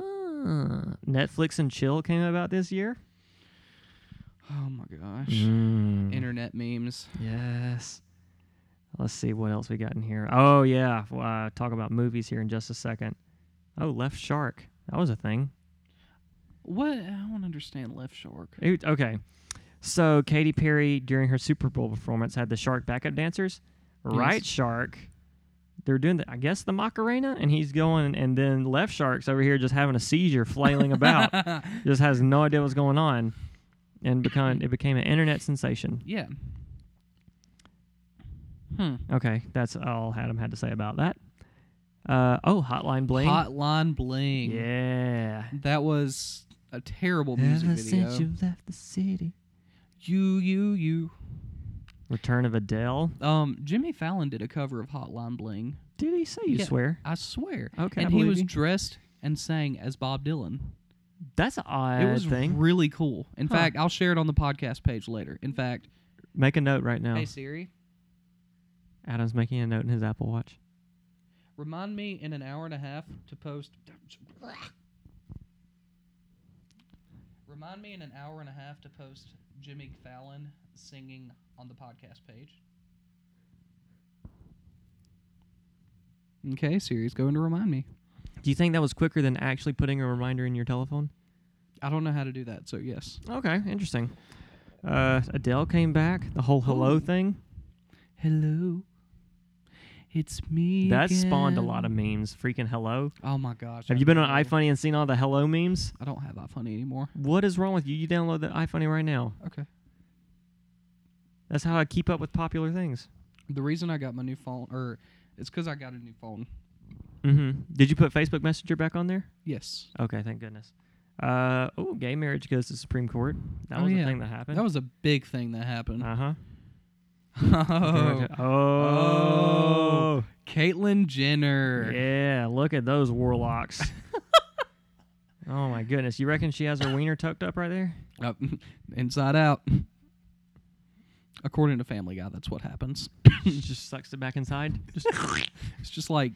Speaker 1: Netflix and Chill came about this year.
Speaker 2: Oh my gosh.
Speaker 1: Mm.
Speaker 2: Internet memes.
Speaker 1: Yes. Let's see what else we got in here. Oh yeah, well, uh, talk about movies here in just a second. Oh, Left Shark. That was a thing.
Speaker 2: What? I don't understand Left Shark.
Speaker 1: It- okay. So Katy Perry during her Super Bowl performance had the Shark backup dancers. Right
Speaker 2: Yes.
Speaker 1: Shark. They're doing, the, I guess, the Macarena, and he's going, and then Left Shark's over here just having a seizure, flailing about. just has no idea what's going on, and become it became an internet sensation.
Speaker 2: yeah. Hmm.
Speaker 1: Okay, that's all Adam had to say about that. Uh, oh, Hotline Bling.
Speaker 2: Hotline Bling.
Speaker 1: yeah.
Speaker 2: That was a terrible music
Speaker 1: Ever
Speaker 2: video.
Speaker 1: since you left the city.
Speaker 2: You, you, you.
Speaker 1: Return of Adele.
Speaker 2: Um, Jimmy Fallon did a cover of Hotline Bling.
Speaker 1: Did he say you
Speaker 2: Yeah.
Speaker 1: swear?
Speaker 2: I swear.
Speaker 1: Okay, I
Speaker 2: and he
Speaker 1: believe
Speaker 2: was
Speaker 1: you.
Speaker 2: dressed and sang as Bob Dylan.
Speaker 1: That's an odd
Speaker 2: it was
Speaker 1: thing.
Speaker 2: really cool. In
Speaker 1: Huh.
Speaker 2: fact, I'll share it on the podcast page later. In fact,
Speaker 1: Make a note right now.
Speaker 2: hey Siri,
Speaker 1: Adam's making a note in his Apple Watch.
Speaker 2: remind me in an hour and a half to post. Remind me in an hour and a half to post Jimmy Fallon singing on the podcast page. Okay, Siri's going to remind me.
Speaker 1: Do you think that was quicker than actually putting a reminder in your telephone?
Speaker 2: I don't know how to do that, so yes.
Speaker 1: Okay, interesting. Uh, Adele came back. The whole hello
Speaker 2: Ooh.
Speaker 1: thing
Speaker 2: Hello. It's me.
Speaker 1: that spawned a lot of memes. Freaking hello.
Speaker 2: Oh my gosh.
Speaker 1: Have
Speaker 2: I
Speaker 1: you been on
Speaker 2: know.
Speaker 1: iFunny and seen all the hello memes?
Speaker 2: I don't have iFunny anymore.
Speaker 1: What is wrong with you? You download the iFunny right now.
Speaker 2: Okay.
Speaker 1: That's how I keep up with popular things.
Speaker 2: The reason I got my new phone, or it's because I got a new phone.
Speaker 1: Mm-hmm. Did you put Facebook Messenger back on there?
Speaker 2: Yes.
Speaker 1: Okay, thank goodness. Uh, oh, gay marriage goes to Supreme Court. That
Speaker 2: Oh,
Speaker 1: was
Speaker 2: yeah.
Speaker 1: a thing that happened.
Speaker 2: That was a big thing that happened.
Speaker 1: uh huh. Uh, Uh-huh.
Speaker 2: oh,
Speaker 1: oh.
Speaker 2: Caitlyn Jenner.
Speaker 1: Yeah, look at those warlocks. oh my goodness. You reckon she has her wiener tucked up right there?
Speaker 2: Uh, inside out. According to Family Guy, that's what happens.
Speaker 1: she just sucks it back inside. Just
Speaker 2: It's just like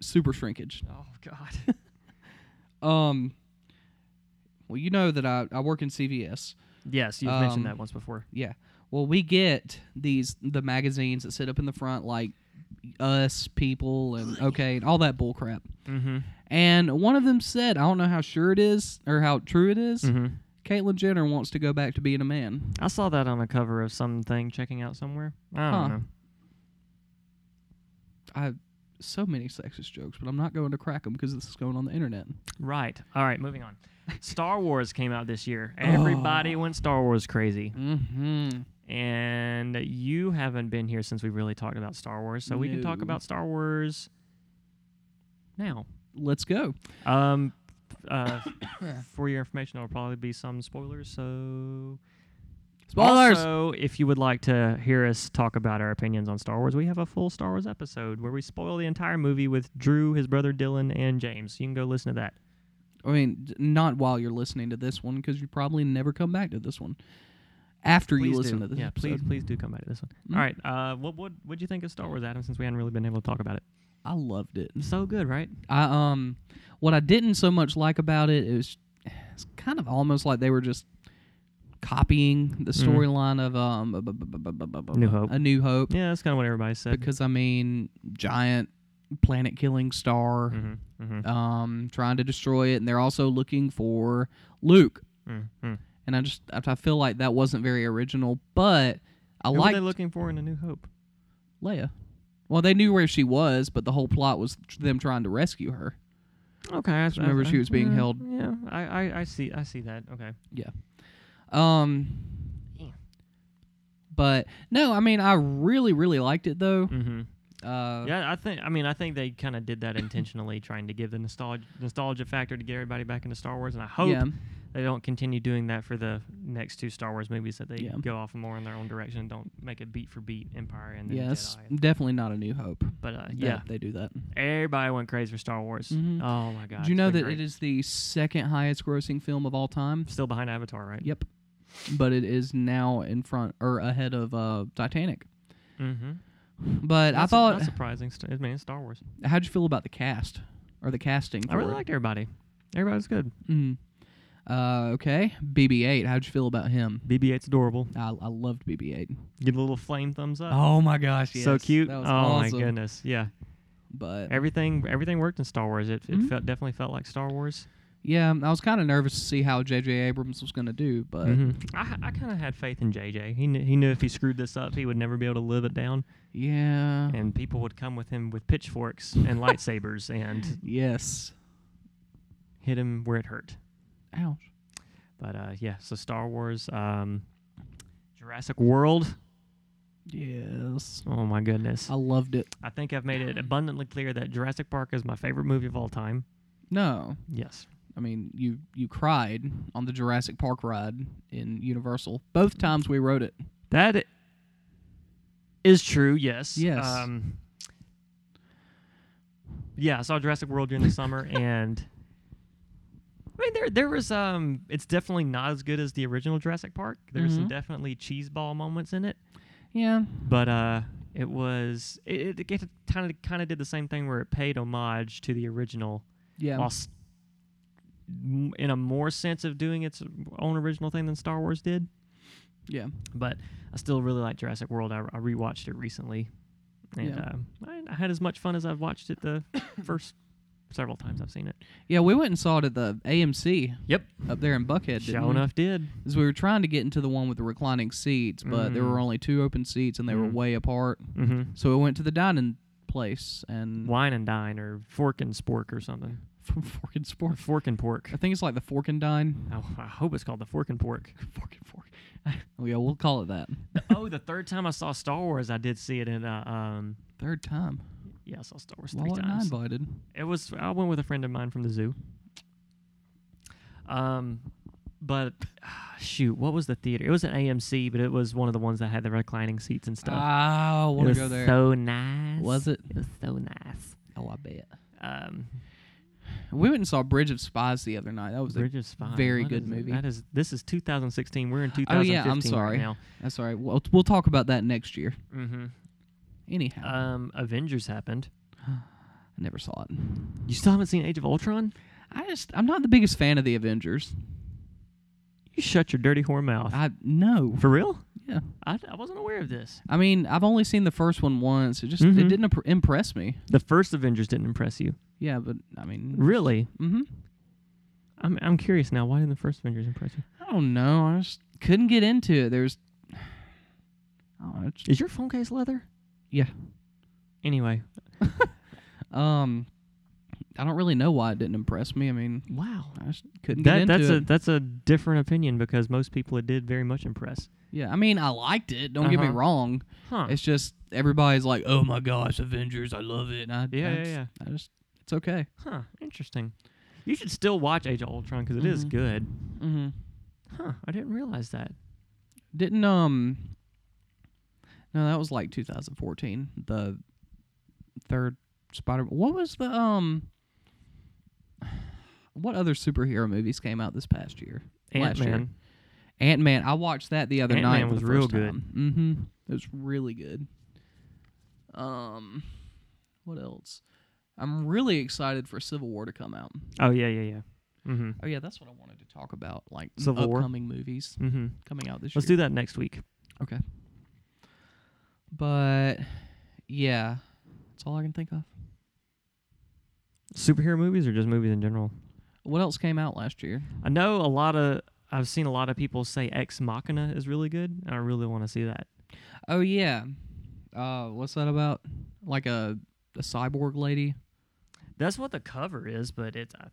Speaker 2: super shrinkage.
Speaker 1: Oh god.
Speaker 2: Um. Well, you know that I, I work in CVS.
Speaker 1: yes, you've mentioned
Speaker 2: Um,
Speaker 1: that once before.
Speaker 2: Yeah. Well, we get these the magazines that sit up in the front, like Us, People, and Okay, and all that bull crap.
Speaker 1: Mm-hmm.
Speaker 2: And one of them said, I don't know how sure it is or how true it is,
Speaker 1: Mm-hmm.
Speaker 2: Caitlyn Jenner wants to go back to being a man.
Speaker 1: I saw that on the cover of something checking out somewhere. I don't
Speaker 2: Huh.
Speaker 1: know.
Speaker 2: I so many sexist jokes, but I'm not going to crack them because this is going on the internet.
Speaker 1: Right. Oh. All right, moving on. Star Wars came out this year. Everybody went Star Wars crazy.
Speaker 2: Mm-hmm.
Speaker 1: And you haven't been here since we really talked about Star Wars, so we can talk
Speaker 2: No.
Speaker 1: about Star Wars now.
Speaker 2: Let's go.
Speaker 1: Um, uh, for your information, there will probably be some spoilers. So,
Speaker 2: Spoilers.
Speaker 1: Also, if you would like to hear us talk about our opinions on Star Wars, we have a full Star Wars episode where we spoil the entire movie with Drew, his brother Dylan, and James. You can go listen to that.
Speaker 2: I mean, d- not while you're listening to this one because you probably never come back to this one. After
Speaker 1: Please
Speaker 2: you listen
Speaker 1: do.
Speaker 2: to this,
Speaker 1: yeah,
Speaker 2: episode.
Speaker 1: please, please do come back to this one.
Speaker 2: Mm.
Speaker 1: All right, uh, what what would you think of Star Wars, Adam? Since we haven't really been able to talk about it,
Speaker 2: I loved it.
Speaker 1: so good, right?
Speaker 2: I um, what I didn't so much like about it is it's kind of almost like they were just copying the
Speaker 1: Mhm.
Speaker 2: storyline of um, bu- bu- bu- bu- bu- bu- bu-
Speaker 1: New Hope.
Speaker 2: A New Hope.
Speaker 1: Yeah, that's kind of what everybody said.
Speaker 2: because I mean, giant planet killing star
Speaker 1: hmm hmm
Speaker 2: um, trying to destroy it, and they're also looking for Luke.
Speaker 1: mm-hmm.
Speaker 2: And I just I I feel like that wasn't very original, but I
Speaker 1: What
Speaker 2: like
Speaker 1: are they looking for in A New Hope?
Speaker 2: Leia. Well, they knew where she was, but the whole plot was tr- them trying to rescue her.
Speaker 1: Okay, I s-
Speaker 2: remember
Speaker 1: I-
Speaker 2: she was being
Speaker 1: yeah,
Speaker 2: held-
Speaker 1: Yeah, I, I, I see, I see that. Okay,
Speaker 2: Um,
Speaker 1: Yeah.
Speaker 2: but no, I mean I really really liked it though.
Speaker 1: mm-hmm.
Speaker 2: Uh,
Speaker 1: yeah, I think, I mean, I think they kind of did that intentionally, trying to give the nostalgia nostalgia factor to get everybody back into Star Wars, and I hope
Speaker 2: yeah.
Speaker 1: they don't continue doing that for the next two Star Wars movies. That they
Speaker 2: Yeah.
Speaker 1: go off more in their own direction and don't make it beat for beat Empire and then
Speaker 2: Yes,
Speaker 1: Jedi.
Speaker 2: definitely not a New Hope.
Speaker 1: But uh,
Speaker 2: that
Speaker 1: yeah,
Speaker 2: they do that.
Speaker 1: everybody went crazy for Star Wars.
Speaker 2: Mhm.
Speaker 1: Oh my god!
Speaker 2: Do you know that it is the second highest grossing film of all time?
Speaker 1: still behind Avatar, right?
Speaker 2: Yep. But it is now in front or ahead of uh, Titanic.
Speaker 1: Mm-hmm.
Speaker 2: But I
Speaker 1: That's su-
Speaker 2: thought,
Speaker 1: that's surprising. St- I mean, it's Star Wars.
Speaker 2: how'd you feel about the cast or the casting?
Speaker 1: I really
Speaker 2: for it?
Speaker 1: liked everybody. Everybody's good.
Speaker 2: Mm. Uh, okay, BB-8. How'd you feel about him?
Speaker 1: BB-8's adorable.
Speaker 2: I, I loved BB-8.
Speaker 1: Give a little flame thumbs up.
Speaker 2: Oh my gosh,
Speaker 1: so cute.
Speaker 2: That was
Speaker 1: oh
Speaker 2: awesome.
Speaker 1: my goodness. Yeah. Mm-hmm.
Speaker 2: But
Speaker 1: Everything everything worked in Star Wars. It, it
Speaker 2: Mhm.
Speaker 1: felt definitely felt like Star Wars.
Speaker 2: yeah, I was kind of nervous to see how J.J. Abrams was gonna do, but
Speaker 1: Mhm. I, I kind of had faith in JJ. He knew, he knew if he screwed this up, he would never be able to live it down,
Speaker 2: yeah,
Speaker 1: and people would come with him with pitchforks and lightsabers and
Speaker 2: yes.
Speaker 1: hit him where it hurt.
Speaker 2: Ouch.
Speaker 1: But uh, yeah, so Star Wars, um, Jurassic World.
Speaker 2: Yes,
Speaker 1: Oh my goodness!
Speaker 2: I loved it.
Speaker 1: I think I've made it abundantly clear that Jurassic Park is my favorite movie of all time.
Speaker 2: No,
Speaker 1: Yes,
Speaker 2: I mean, you you cried on the Jurassic Park ride in Universal. Both times we rode it.
Speaker 1: that i- is true. Yes.
Speaker 2: Yes.
Speaker 1: Um, yeah, I saw Jurassic World during the summer, and I mean, there there was um, it's definitely not as good as the original Jurassic Park. There's some
Speaker 2: Mhm.
Speaker 1: definitely cheeseball moments in it.
Speaker 2: Yeah.
Speaker 1: but uh it was it, it kind of kind of did the same thing where it paid homage to the original
Speaker 2: Yeah.
Speaker 1: while s- m- in a more sense of doing its own original thing than Star Wars did
Speaker 2: Yeah.
Speaker 1: but I still really like Jurassic World I, I rewatched it recently and
Speaker 2: Yeah.
Speaker 1: um, I, I had as much fun as I've watched it the first several times I've seen it
Speaker 2: Yeah, we went and saw it at the AMC.
Speaker 1: Yep.
Speaker 2: Up there in Buckhead.
Speaker 1: sure
Speaker 2: didn't we?
Speaker 1: enough did
Speaker 2: 'Cause we were trying to get into the one with the reclining seats, but there
Speaker 1: Mm.
Speaker 2: were only two open seats and they were
Speaker 1: Mm.
Speaker 2: way apart.
Speaker 1: mm-hmm.
Speaker 2: So we went to the dining place and
Speaker 1: Wine and Dine or Fork and Spork or something
Speaker 2: fork and
Speaker 1: or
Speaker 2: spork.
Speaker 1: Fork and Pork
Speaker 2: I think it's like the fork and dine.
Speaker 1: I, I hope it's called the Fork and Pork
Speaker 2: Fork and fork. oh yeah, we'll call it that.
Speaker 1: oh, the third time I saw Star Wars, I did see it in uh, um
Speaker 2: Third time.
Speaker 1: yeah, I saw Star Wars
Speaker 2: Why
Speaker 1: three
Speaker 2: wasn't I
Speaker 1: times.
Speaker 2: invited?
Speaker 1: It was I went with a friend of mine from the zoo. Um, but ah, shoot, what was the theater? It was an AMC, but it was one of the ones that had the reclining seats and stuff.
Speaker 2: Ah, I
Speaker 1: it
Speaker 2: want
Speaker 1: was
Speaker 2: to go there.
Speaker 1: so nice.
Speaker 2: was it?
Speaker 1: It was so nice.
Speaker 2: Oh, I bet.
Speaker 1: Um,
Speaker 2: We went and saw Bridge of Spies the other night. That was a,
Speaker 1: Bridge of Spies.
Speaker 2: very
Speaker 1: what
Speaker 2: good
Speaker 1: is it?
Speaker 2: movie.
Speaker 1: That is this is 2016. We're in 2015
Speaker 2: Oh, yeah, I'm
Speaker 1: right
Speaker 2: sorry.
Speaker 1: now.
Speaker 2: that's all right. We'll, we'll talk about that next year.
Speaker 1: hmm
Speaker 2: Anyhow,
Speaker 1: Um, Avengers happened.
Speaker 2: I never saw it.
Speaker 1: You still haven't seen Age of Ultron?
Speaker 2: I just I'm not the biggest fan of the Avengers.
Speaker 1: You shut your dirty whore mouth.
Speaker 2: I no.
Speaker 1: For real?
Speaker 2: Yeah.
Speaker 1: I, I wasn't aware of this.
Speaker 2: I mean, I've only seen the first one once. It just it
Speaker 1: Mhm.
Speaker 2: didn't imp- impress me.
Speaker 1: The first Avengers didn't impress you.
Speaker 2: Yeah, but I mean,
Speaker 1: Really?
Speaker 2: mm-hmm.
Speaker 1: I'm I'm curious now. Why didn't the first Avengers impress you?
Speaker 2: I don't know. I just couldn't get into it. There's. Oh, it's-
Speaker 1: Is your phone case leather?
Speaker 2: Yeah.
Speaker 1: Anyway,
Speaker 2: um, I don't really know why it didn't impress me. I mean,
Speaker 1: wow.
Speaker 2: I just couldn't
Speaker 1: That
Speaker 2: get
Speaker 1: that's
Speaker 2: into
Speaker 1: a
Speaker 2: it.
Speaker 1: that's a different opinion because most people it did very much impress.
Speaker 2: yeah, I mean, I liked it. Don't get me
Speaker 1: Uh-huh.
Speaker 2: wrong.
Speaker 1: Huh.
Speaker 2: It's just everybody's like, "Oh my gosh, Avengers! I love it." And I,
Speaker 1: yeah,
Speaker 2: I
Speaker 1: yeah,
Speaker 2: just,
Speaker 1: yeah.
Speaker 2: I just, it's okay.
Speaker 1: Huh. Interesting. You should still watch Age of Ultron because it is
Speaker 2: Mhm.
Speaker 1: good.
Speaker 2: Mm-hmm.
Speaker 1: Huh. I didn't realize that.
Speaker 2: Didn't um. No, that was like 2014. The third Spider. What was the um? What other superhero movies came out this past year?
Speaker 1: Ant
Speaker 2: Last year.
Speaker 1: Man.
Speaker 2: Ant Man. I watched that the other night.
Speaker 1: Ant-Man
Speaker 2: for the
Speaker 1: was real
Speaker 2: first
Speaker 1: good.
Speaker 2: Time. Mm-hmm. It was really good. Um, what else? I'm really excited for Civil War to come out.
Speaker 1: Oh yeah, yeah, yeah. Mm-hmm.
Speaker 2: Oh yeah, that's what I wanted to talk about. Like
Speaker 1: Civil War?
Speaker 2: upcoming movies
Speaker 1: Mm-hmm.
Speaker 2: coming out this
Speaker 1: Let's
Speaker 2: year.
Speaker 1: do that next week.
Speaker 2: Okay. But yeah, that's all I can think of.
Speaker 1: Superhero movies or just movies in general?
Speaker 2: What else came out last year?
Speaker 1: I know a lot of I've seen a lot of people say Ex Machina is really good, and I really want to see that.
Speaker 2: Oh yeah, uh, what's that about? Like a a cyborg lady.
Speaker 1: That's what the cover is, but it's I,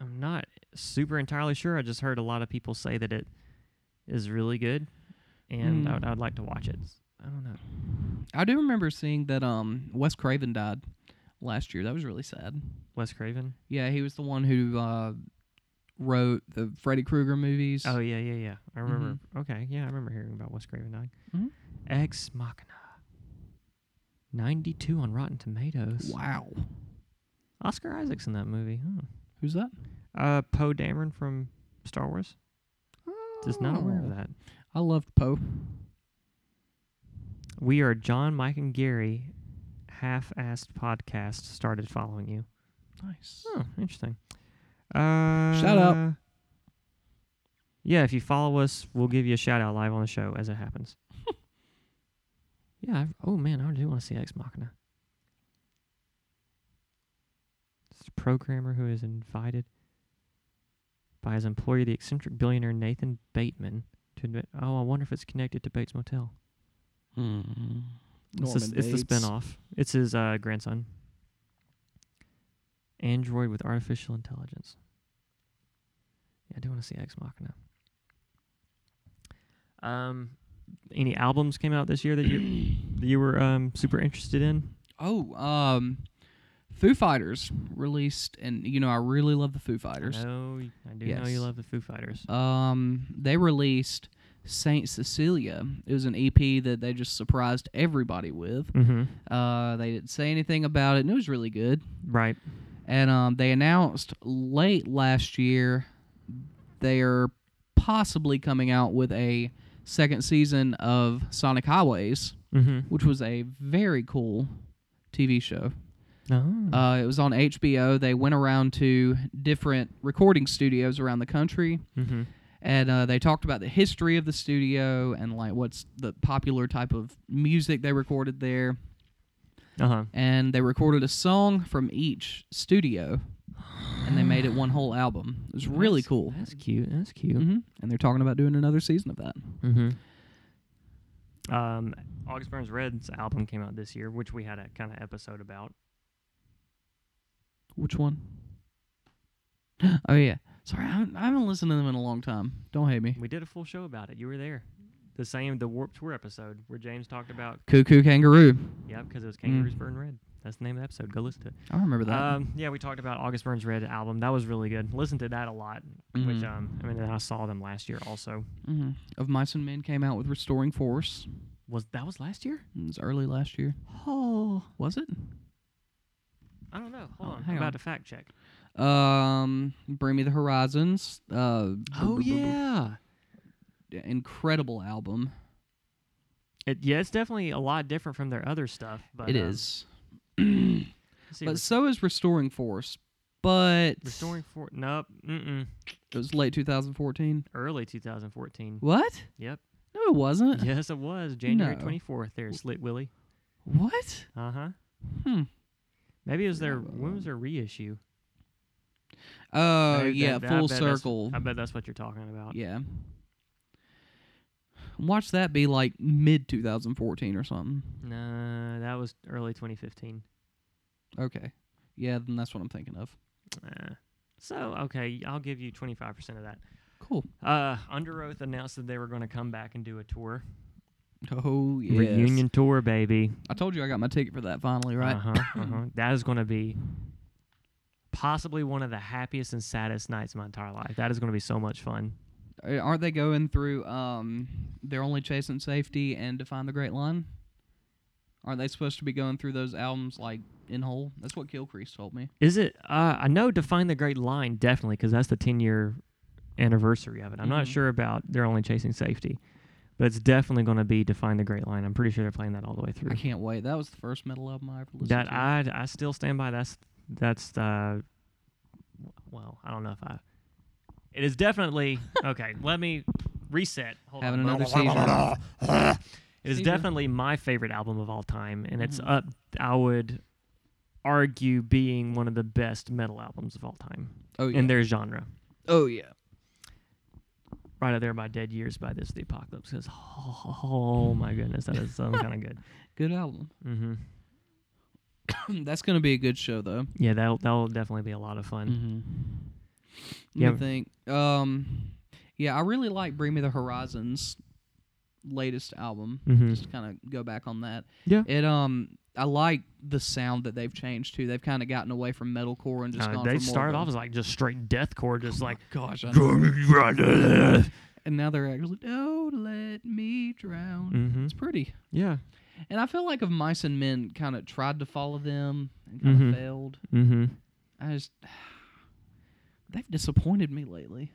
Speaker 1: I'm not super entirely sure. I just heard a lot of people say that it is really good, and
Speaker 2: Hmm.
Speaker 1: I would, I'd like to watch it. I don't know.
Speaker 2: I do remember seeing that um Wes Craven died last year. That was really sad.
Speaker 1: Wes Craven.
Speaker 2: Yeah, he was the one who uh, wrote the Freddy Krueger movies.
Speaker 1: Oh yeah, yeah, yeah. I remember. Okay, yeah, I remember hearing about Wes Craven dying.
Speaker 2: Mhm.
Speaker 1: Ex Machina. 92 on Rotten Tomatoes.
Speaker 2: wow.
Speaker 1: Oscar Isaac's in that movie. Huh.
Speaker 2: Who's that?
Speaker 1: Uh, Poe Dameron from Star Wars. Just not aware
Speaker 2: Oh.
Speaker 1: of that.
Speaker 2: I loved Poe.
Speaker 1: We are John, Mike, and Gary. Half-assed podcast started following you.
Speaker 2: Nice.
Speaker 1: Oh, interesting. Uh,
Speaker 2: Shout out.
Speaker 1: Yeah, if you follow us, we'll give you a shout out live on the show as it happens. yeah. I, oh man, I do want to see Ex Machina. It's a programmer who is invited by his employer, the eccentric billionaire Nathan Bateman, to admit. Oh, I wonder if it's connected to Bates Motel. Hmm.
Speaker 2: Mm.
Speaker 1: It's, the, it's the spinoff. It's his uh, grandson. Android with artificial intelligence. Yeah, I do want to see Ex Machina. Um, any albums came out this year that you that you were um super interested in?
Speaker 2: Oh, um, Foo Fighters released, and you know I really love the Foo Fighters.
Speaker 1: No, I do know you
Speaker 2: Yes.
Speaker 1: love the Foo Fighters.
Speaker 2: Um, they released Saint Cecilia. It was an EP that they just surprised everybody with.
Speaker 1: Mm-hmm.
Speaker 2: Uh, they didn't say anything about it, and it was really good.
Speaker 1: Right.
Speaker 2: And um, they announced late last year they are possibly coming out with a second season of Sonic Highways,
Speaker 1: Mm-hmm.
Speaker 2: which was a very cool TV show.
Speaker 1: Oh.
Speaker 2: Uh, it was on HBO. They went around to different recording studios around the country,
Speaker 1: mm-hmm.
Speaker 2: and uh, they talked about the history of the studio and like what's the popular type of music they recorded there.
Speaker 1: Uh huh.
Speaker 2: And they recorded a song from each studio, and they made it one whole album. It was really
Speaker 1: That's-
Speaker 2: cool.
Speaker 1: That's cute. That's cute.
Speaker 2: hmm And they're talking about doing another season of that.
Speaker 1: Mm-hmm.
Speaker 2: Mm-hmm.
Speaker 1: Um, August Burns Red's album came out this year, which we had a kind of episode about.
Speaker 2: Which one? Oh yeah. Sorry, I haven't, I haven't listened to them in a long time. Don't hate me.
Speaker 1: We did a full show about it. You were there. The same, the Warped Tour episode where James talked about,
Speaker 2: Cuckoo Kangaroo.
Speaker 1: yeah, because it was Kangaroos Burn Red. That's the name of the episode. Go listen to it.
Speaker 2: I remember Mm. that.
Speaker 1: Um, yeah, we talked about August Burns Red album. That was really good. Listen to that a lot. Which
Speaker 2: Mhm.
Speaker 1: um, I mean, and I saw them last year also.
Speaker 2: hmm Of Mice and Men came out with Restoring Force.
Speaker 1: Was that was last year?
Speaker 2: It was early last year.
Speaker 1: Oh,
Speaker 2: Was it?
Speaker 1: I don't know. Hold
Speaker 2: Oh,
Speaker 1: on, I'm
Speaker 2: hang
Speaker 1: about
Speaker 2: on.
Speaker 1: to fact check.
Speaker 2: Um, Bring Me the Horizons. Uh, b-
Speaker 1: Oh,
Speaker 2: b- b- b- incredible album.
Speaker 1: it, yeah, it's definitely a lot different from their other stuff. But
Speaker 2: it
Speaker 1: um,
Speaker 2: is.
Speaker 1: let's see,
Speaker 2: But
Speaker 1: Rest-
Speaker 2: so is Restoring Force. But
Speaker 1: Restoring for nope, mm-mm,
Speaker 2: it was late 2014.
Speaker 1: early 2014.
Speaker 2: What?
Speaker 1: Yep.
Speaker 2: No, it wasn't.
Speaker 1: yes, it was January
Speaker 2: No.
Speaker 1: 24th. There, Slit Willie.
Speaker 2: What?
Speaker 1: Uh huh.
Speaker 2: Hmm.
Speaker 1: Maybe it was
Speaker 2: Forgot
Speaker 1: their
Speaker 2: about
Speaker 1: when
Speaker 2: that.
Speaker 1: was their reissue? I
Speaker 2: Oh
Speaker 1: bet
Speaker 2: yeah,
Speaker 1: that- I
Speaker 2: full
Speaker 1: bet that's-
Speaker 2: circle.
Speaker 1: I bet that's what you're talking about.
Speaker 2: Yeah. Watch that be like mid 2014 or something.
Speaker 1: No, that was early 2015.
Speaker 2: Okay. Yeah, then that's what I'm thinking of.
Speaker 1: Uh, so okay, I'll give you 25% of that.
Speaker 2: Cool.
Speaker 1: Uh, Under Oath announced that they were going to come back and do a tour,
Speaker 2: Oh yeah.
Speaker 1: reunion tour, baby.
Speaker 2: I told you I got my ticket for that finally, right?
Speaker 1: Uh-huh, uh-huh. That is going to be possibly one of the happiest and saddest nights of my entire life. That is going to be so much fun. Uh-huh.
Speaker 2: Uh, Aren't they going through? Um, they're only chasing safety and define the great line. Aren't they supposed to be going through those albums like in whole? That's what Gilcrease told me.
Speaker 1: Is it? Uh, I know Define the Great Line definitely because that's the 10 year anniversary of it. I'm not
Speaker 2: Mhm.
Speaker 1: sure about They're Only Chasing Safety, but it's definitely going to be Define the Great Line. I'm pretty sure they're playing that all the way through.
Speaker 2: I can't wait. That was the first metal album I ever listened
Speaker 1: That
Speaker 2: to.
Speaker 1: I I still stand by. That's that's uh, well, I don't know if I. It is definitely okay. let me reset. Hold
Speaker 2: Having
Speaker 1: on.
Speaker 2: another seizure.
Speaker 1: It is
Speaker 2: Seizure.
Speaker 1: definitely my favorite album of all time, and it's
Speaker 2: Mhm.
Speaker 1: up. I would argue being one of the best metal albums of all time
Speaker 2: Oh yeah.
Speaker 1: in their genre.
Speaker 2: oh yeah.
Speaker 1: Right up there by Dead Years by This The Apocalypse. 'cause, oh, my goodness, that is so kind of good.
Speaker 2: Good album.
Speaker 1: hmm
Speaker 2: that's gonna be a good show though.
Speaker 1: Yeah, that'll that'll definitely be a lot of fun.
Speaker 2: Mm-hmm.
Speaker 1: Mm-hmm. Yeah.
Speaker 2: Let me think. Um, yeah, I really like Bring Me the Horizons latest album.
Speaker 1: Mhm.
Speaker 2: Just to kind of go back on that.
Speaker 1: Yeah.
Speaker 2: It um, I like the sound that they've changed too. They've kind of gotten away from metalcore and just
Speaker 1: Uh,
Speaker 2: gone.
Speaker 1: they
Speaker 2: for more
Speaker 1: started
Speaker 2: of
Speaker 1: off as like just straight deathcore, just like
Speaker 2: a, gosh, I know.
Speaker 1: mm-hmm.
Speaker 2: and now they're actually don't let me drown.
Speaker 1: Mm-hmm.
Speaker 2: It's pretty.
Speaker 1: yeah,
Speaker 2: And I feel like of Mice and Men kind of tried to follow them and kind of
Speaker 1: Mhm.
Speaker 2: failed.
Speaker 1: mm-hmm.
Speaker 2: I just they've disappointed me lately.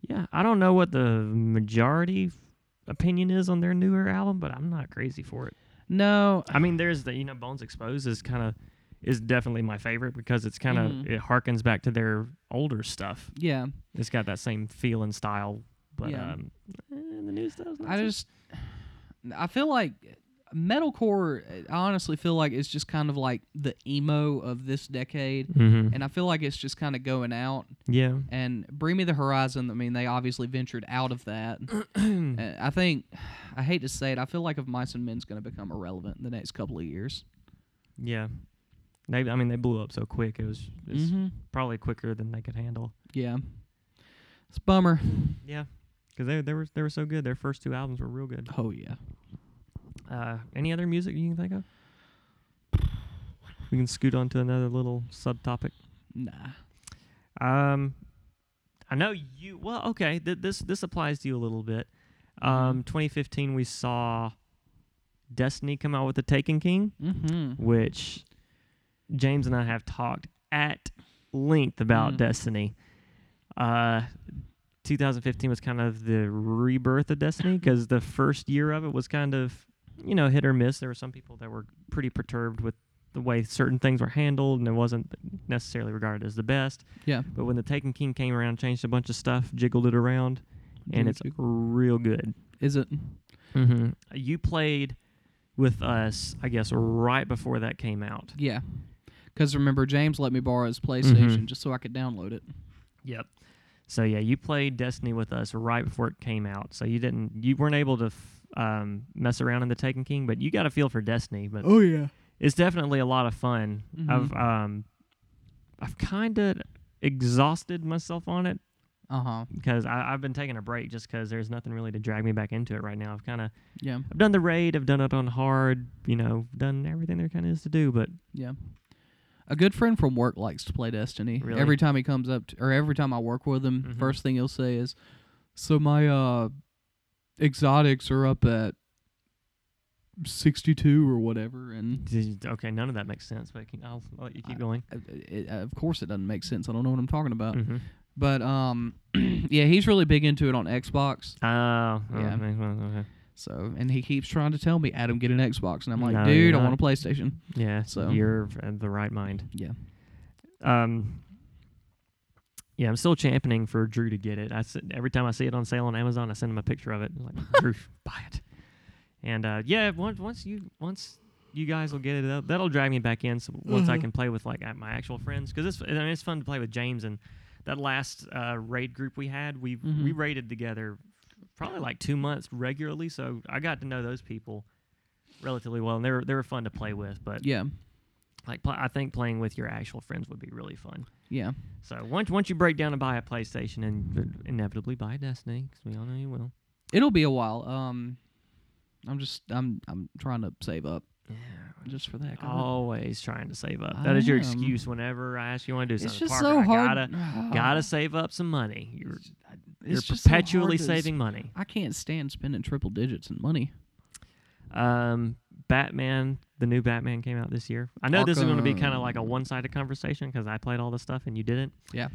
Speaker 1: yeah. I don't know what the majority f- opinion is on their newer album, but I'm not crazy for it.
Speaker 2: No,
Speaker 1: I mean, there's the you know Bones Exposed is kind of is definitely my favorite because it's kind of
Speaker 2: Mhm.
Speaker 1: it harkens back to their older stuff.
Speaker 2: yeah.
Speaker 1: It's got that same feel and style, but
Speaker 2: Yeah.
Speaker 1: um, eh, the new stuff's not.
Speaker 2: I
Speaker 1: so-
Speaker 2: just I feel like metalcore I honestly feel like it's just kind of like the emo of this decade
Speaker 1: Mhm.
Speaker 2: and I feel like it's just kind of going out
Speaker 1: yeah.
Speaker 2: and Bring Me the Horizon I mean they obviously ventured out of that. And I think I hate to say it I feel like if Mice and Men's going to become irrelevant in the next couple of years.
Speaker 1: Yeah. They, I mean, they blew up so quick. It was it's
Speaker 2: Mm-hmm.
Speaker 1: probably quicker than they could handle.
Speaker 2: Yeah. It's a bummer.
Speaker 1: Yeah, because they they were they were so good. Their first two albums were real good.
Speaker 2: Oh yeah.
Speaker 1: Uh, any other music you can think of? We can scoot on to another little subtopic.
Speaker 2: Nah.
Speaker 1: Um, I know you. Well, okay. Th- this this applies to you a little bit. Um, 2015, we saw Destiny come out with the Taken King,
Speaker 2: Mhm.
Speaker 1: which James and I have talked at length about
Speaker 2: Mhm.
Speaker 1: Destiny. Uh, 2015 was kind of the rebirth of Destiny because the first year of it was kind of, you know, hit or miss. There were some people that were pretty perturbed with the way certain things were handled and it wasn't necessarily regarded as the best.
Speaker 2: Yeah.
Speaker 1: But when the Taken King came around, changed a bunch of stuff, jiggled it around, and
Speaker 2: Jiggle,
Speaker 1: it's real good.
Speaker 2: Is it?
Speaker 1: Mm-hmm. You played with us, I guess, right before that came out.
Speaker 2: Yeah. Because remember, James let me borrow his PlayStation
Speaker 1: Mhm.
Speaker 2: just so I could download it.
Speaker 1: Yep. So yeah, you played Destiny with us right before it came out. So you didn't, you weren't able to f- um, mess around in the Taken King, but you got a feel for Destiny. But
Speaker 2: Oh yeah.
Speaker 1: it's definitely a lot of fun.
Speaker 2: Mhm.
Speaker 1: I've um, I've kind of exhausted myself on it
Speaker 2: Uh huh.
Speaker 1: because I've been taking a break just because there's nothing really to drag me back into it right now. I've kind of
Speaker 2: Yeah.
Speaker 1: I've done the raid, I've done it on hard, you know, done everything there kind of is to do. But
Speaker 2: Yeah. A good friend from work likes to play Destiny.
Speaker 1: Really?
Speaker 2: Every time he comes up, to, or every time I work with him,
Speaker 1: Mhm.
Speaker 2: first thing he'll say is, "So my uh, exotics are up at sixty-two or whatever," and
Speaker 1: okay, none of that makes sense. But can- I'll, I'll let you keep
Speaker 2: I-
Speaker 1: going.
Speaker 2: uh, it, uh, of course it doesn't make sense. I don't know what I'm talking about.
Speaker 1: Mm-hmm.
Speaker 2: But um, yeah, he's really big into it on Xbox.
Speaker 1: Oh, yeah.
Speaker 2: Yeah.
Speaker 1: Okay.
Speaker 2: So, and he keeps trying to tell me, Adam, get an Xbox, and I'm like,
Speaker 1: No, you're
Speaker 2: dude, I
Speaker 1: not.
Speaker 2: want a PlayStation.
Speaker 1: Yeah, so
Speaker 2: So-
Speaker 1: you're in uh, the right mind.
Speaker 2: Yeah.
Speaker 1: Um. Yeah, I'm still championing for Drew to get it. I s- every time I see it on sale on Amazon, I send him a picture of it. I'm like, Drew, buy it. And uh, yeah, once once you once you guys will get it up. That'll drag me back in. So once I
Speaker 2: Mhm.
Speaker 1: can play with like at my actual friends, because it's I mean, it's fun to play with James and that last uh, raid group we had. We we
Speaker 2: Mhm.
Speaker 1: raided together probably like two months regularly. So I got to know those people relatively well, and they were they were fun to play with. But
Speaker 2: Yeah.
Speaker 1: like pl- I think playing with your actual friends would be really fun.
Speaker 2: Yeah.
Speaker 1: So once once you break down and buy a PlayStation and inevitably buy Destiny, because we all know you will.
Speaker 2: It'll be a while. Um, I'm just I'm I'm trying to save up
Speaker 1: Yeah.
Speaker 2: just for the heck
Speaker 1: Oh,
Speaker 2: of it.
Speaker 1: Always trying to save up. That is your
Speaker 2: I am.
Speaker 1: excuse whenever I ask you want to do
Speaker 2: It's
Speaker 1: something.
Speaker 2: just
Speaker 1: Parker,
Speaker 2: so
Speaker 1: I
Speaker 2: hard.
Speaker 1: Gotta,
Speaker 2: Ah,
Speaker 1: gotta save up some money. You're,
Speaker 2: it's
Speaker 1: you're
Speaker 2: just so hard
Speaker 1: perpetually
Speaker 2: to s-
Speaker 1: saving money.
Speaker 2: I can't stand spending triple digits in money.
Speaker 1: Um, Batman, the new Batman came out this year. I know this is going to be kind of like a
Speaker 2: Arkham.
Speaker 1: one-sided conversation because I played all the stuff and you didn't.
Speaker 2: Yeah.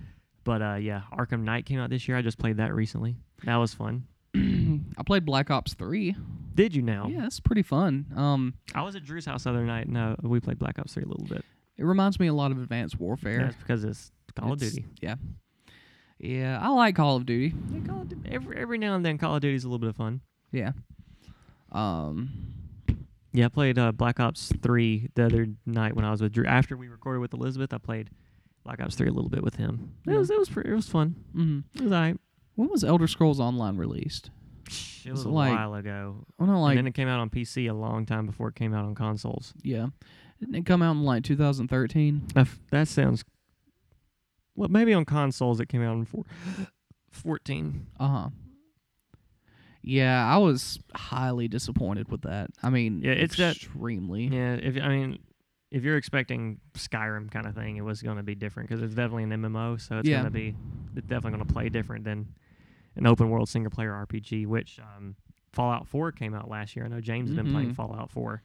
Speaker 1: But uh, yeah, Arkham Knight came out this year. I just played that recently. That was fun.
Speaker 2: I played Black Ops Three.
Speaker 1: Did you now?
Speaker 2: Yeah, that's pretty fun. Um,
Speaker 1: I was at Drew's house the other night and uh, we played Black Ops 3 a little bit.
Speaker 2: it reminds me a lot of Advanced Warfare.
Speaker 1: That's because it's Call of
Speaker 2: It's-
Speaker 1: Duty.
Speaker 2: Yeah. Yeah, I like Call of Duty.
Speaker 1: Yeah, Call of Duty. Every, every now and then, Call of Duty's a little bit of fun.
Speaker 2: Yeah. Um.
Speaker 1: Yeah, I played uh, Black Ops 3 the other night when I was with Drew. After we recorded with Elizabeth, I played Black Ops 3 a little bit with him. It
Speaker 2: Yeah.
Speaker 1: was it was pretty, it was fun.
Speaker 2: mhm.
Speaker 1: It was all right.
Speaker 2: When was Elder Scrolls Online released?
Speaker 1: It was a
Speaker 2: like-
Speaker 1: while ago.
Speaker 2: I don't know, like
Speaker 1: and then it came out on PC a long time before it came out on consoles.
Speaker 2: yeah. Didn't it come out in like 2013?
Speaker 1: that sounds well, maybe on consoles it came out in four, 14.
Speaker 2: Uh huh. Yeah, I was highly disappointed with that. I mean,
Speaker 1: Yeah, it's that-
Speaker 2: extremely.
Speaker 1: Yeah, if I mean, if you're expecting Skyrim kind of thing, it was going to be different because it's definitely an MMO, so it's
Speaker 2: Yeah.
Speaker 1: going to be it's definitely going to play different than an open world single player RPG. Which um, Fallout Four came out last year. I know James has been playing
Speaker 2: Mhm.
Speaker 1: Fallout Four.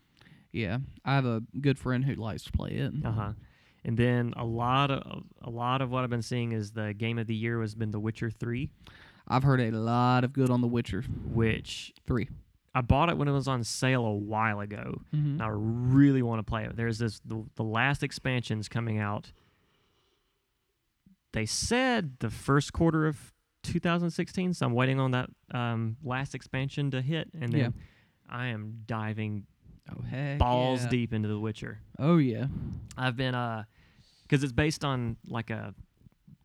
Speaker 2: Yeah, I have a good friend who likes to play it.
Speaker 1: Uh huh. And then a lot of a lot of what I've been seeing is the game of the year has been The Witcher Three,
Speaker 2: I've heard a lot of good on The Witcher
Speaker 1: which
Speaker 2: Three.
Speaker 1: I bought it when it was on sale a while ago.
Speaker 2: Mm-hmm.
Speaker 1: and I really want to play it. There's this the, the last expansion's coming out. They said the first quarter of 2016, so I'm waiting on that um, last expansion to hit, and then
Speaker 2: Yeah.
Speaker 1: I am diving
Speaker 2: Oh heck,
Speaker 1: balls
Speaker 2: yeah.
Speaker 1: deep into The Witcher.
Speaker 2: Oh yeah,
Speaker 1: I've been uh, because it's based on like a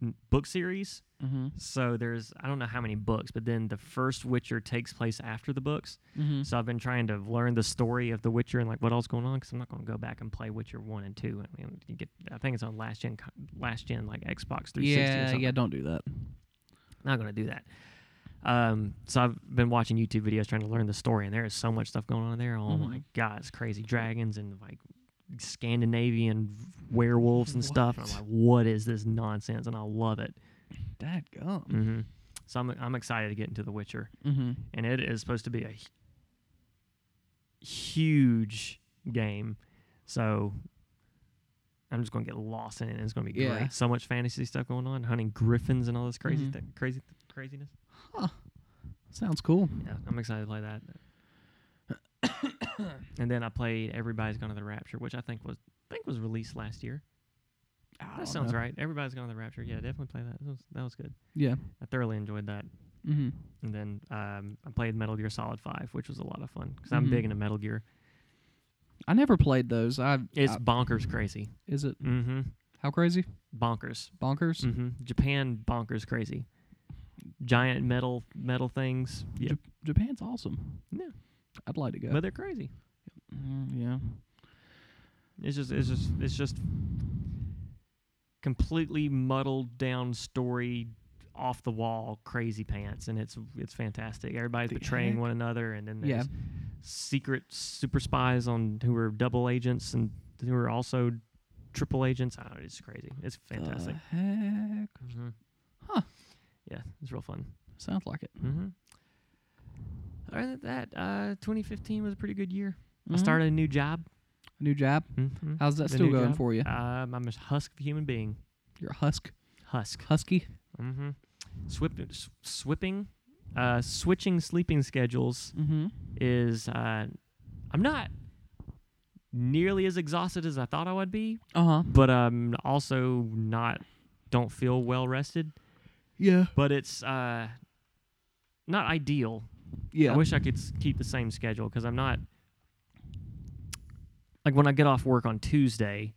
Speaker 1: n- book series,
Speaker 2: mm-hmm.
Speaker 1: so there's I don't know how many books, but then the first Witcher takes place after the books,
Speaker 2: Mm-hmm.
Speaker 1: so I've been trying to learn the story of The Witcher and like what else going on because I'm not going to go back and play Witcher one and two. I mean, you get I think it's on last gen, co- last gen like Xbox 360. or
Speaker 2: yeah,
Speaker 1: something.
Speaker 2: yeah. Don't do that.
Speaker 1: Not going to do that. Um, so I've been watching YouTube videos trying to learn the story, and there is so much stuff going on there. Oh my
Speaker 2: Mhm.
Speaker 1: god, it's crazy! Dragons and like Scandinavian werewolves and stuff. And I'm
Speaker 2: What?
Speaker 1: like, what is this nonsense? And I love it.
Speaker 2: Dad gum.
Speaker 1: hmm So I'm I'm excited to get into The Witcher
Speaker 2: Mm-hmm.
Speaker 1: and it is supposed to be a hu- huge game. So I'm just gonna get lost in it. and It's gonna be
Speaker 2: Yeah.
Speaker 1: great. So much fantasy stuff going on, hunting griffins and all this crazy,
Speaker 2: Mhm.
Speaker 1: thi- crazy, craziness.
Speaker 2: Sounds cool.
Speaker 1: Yeah, I'm excited to play that. and then I played Everybody's Gone to the Rapture, which I think was I think was released last year. That sounds right. Everybody's Gone to the Rapture. Yeah, definitely play that. That was, that was good.
Speaker 2: Yeah.
Speaker 1: I thoroughly enjoyed that.
Speaker 2: Mm-hmm.
Speaker 1: And then um, I played Metal Gear Solid Five, which was a lot of fun because I'm
Speaker 2: Mhm.
Speaker 1: big into Metal Gear.
Speaker 2: I never played those. I
Speaker 1: It's
Speaker 2: I-
Speaker 1: bonkers crazy.
Speaker 2: is it
Speaker 1: Mm-hmm.
Speaker 2: how crazy
Speaker 1: Bonkers.
Speaker 2: bonkers?
Speaker 1: Mm-hmm. Japan bonkers crazy. Giant metal metal things. Yeah.
Speaker 2: Jap- Japan's awesome.
Speaker 1: Yeah.
Speaker 2: I'd like to go.
Speaker 1: But they're crazy.
Speaker 2: Mm, yeah.
Speaker 1: It's just it's just it's just completely muddled down story off the wall crazy pants and it's it's fantastic. Everybody's
Speaker 2: The
Speaker 1: betraying
Speaker 2: heck?
Speaker 1: one another and then
Speaker 2: Yeah.
Speaker 1: there's secret super spies on who are double agents and who are also triple agents. I don't know, it's crazy. It's fantastic.
Speaker 2: The heck.
Speaker 1: Mm-hmm.
Speaker 2: Huh. Hmm.
Speaker 1: Yeah, it's real fun.
Speaker 2: Sounds like it.
Speaker 1: Mm-hmm. Other than that, uh, 2015 was a pretty good year. I
Speaker 2: Mhm.
Speaker 1: started a new job.
Speaker 2: new job.
Speaker 1: Mm-hmm.
Speaker 2: How's that
Speaker 1: The
Speaker 2: still
Speaker 1: new
Speaker 2: going
Speaker 1: job?
Speaker 2: for you?
Speaker 1: Um, I'm a husk of a human being.
Speaker 2: You're a husk,
Speaker 1: Husk.
Speaker 2: husky.
Speaker 1: Mm-hmm. Swip, s- swipping, uh, switching sleeping schedules
Speaker 2: Mm-hmm.
Speaker 1: is. Uh, I'm not nearly as exhausted as I thought I would be,
Speaker 2: Uh huh.
Speaker 1: but I'm also not. Don't feel well rested.
Speaker 2: Yeah.
Speaker 1: But it's uh, not ideal
Speaker 2: Yeah.
Speaker 1: I wish I could s- keep the same schedule because I'm not. like when I get off work on Tuesday,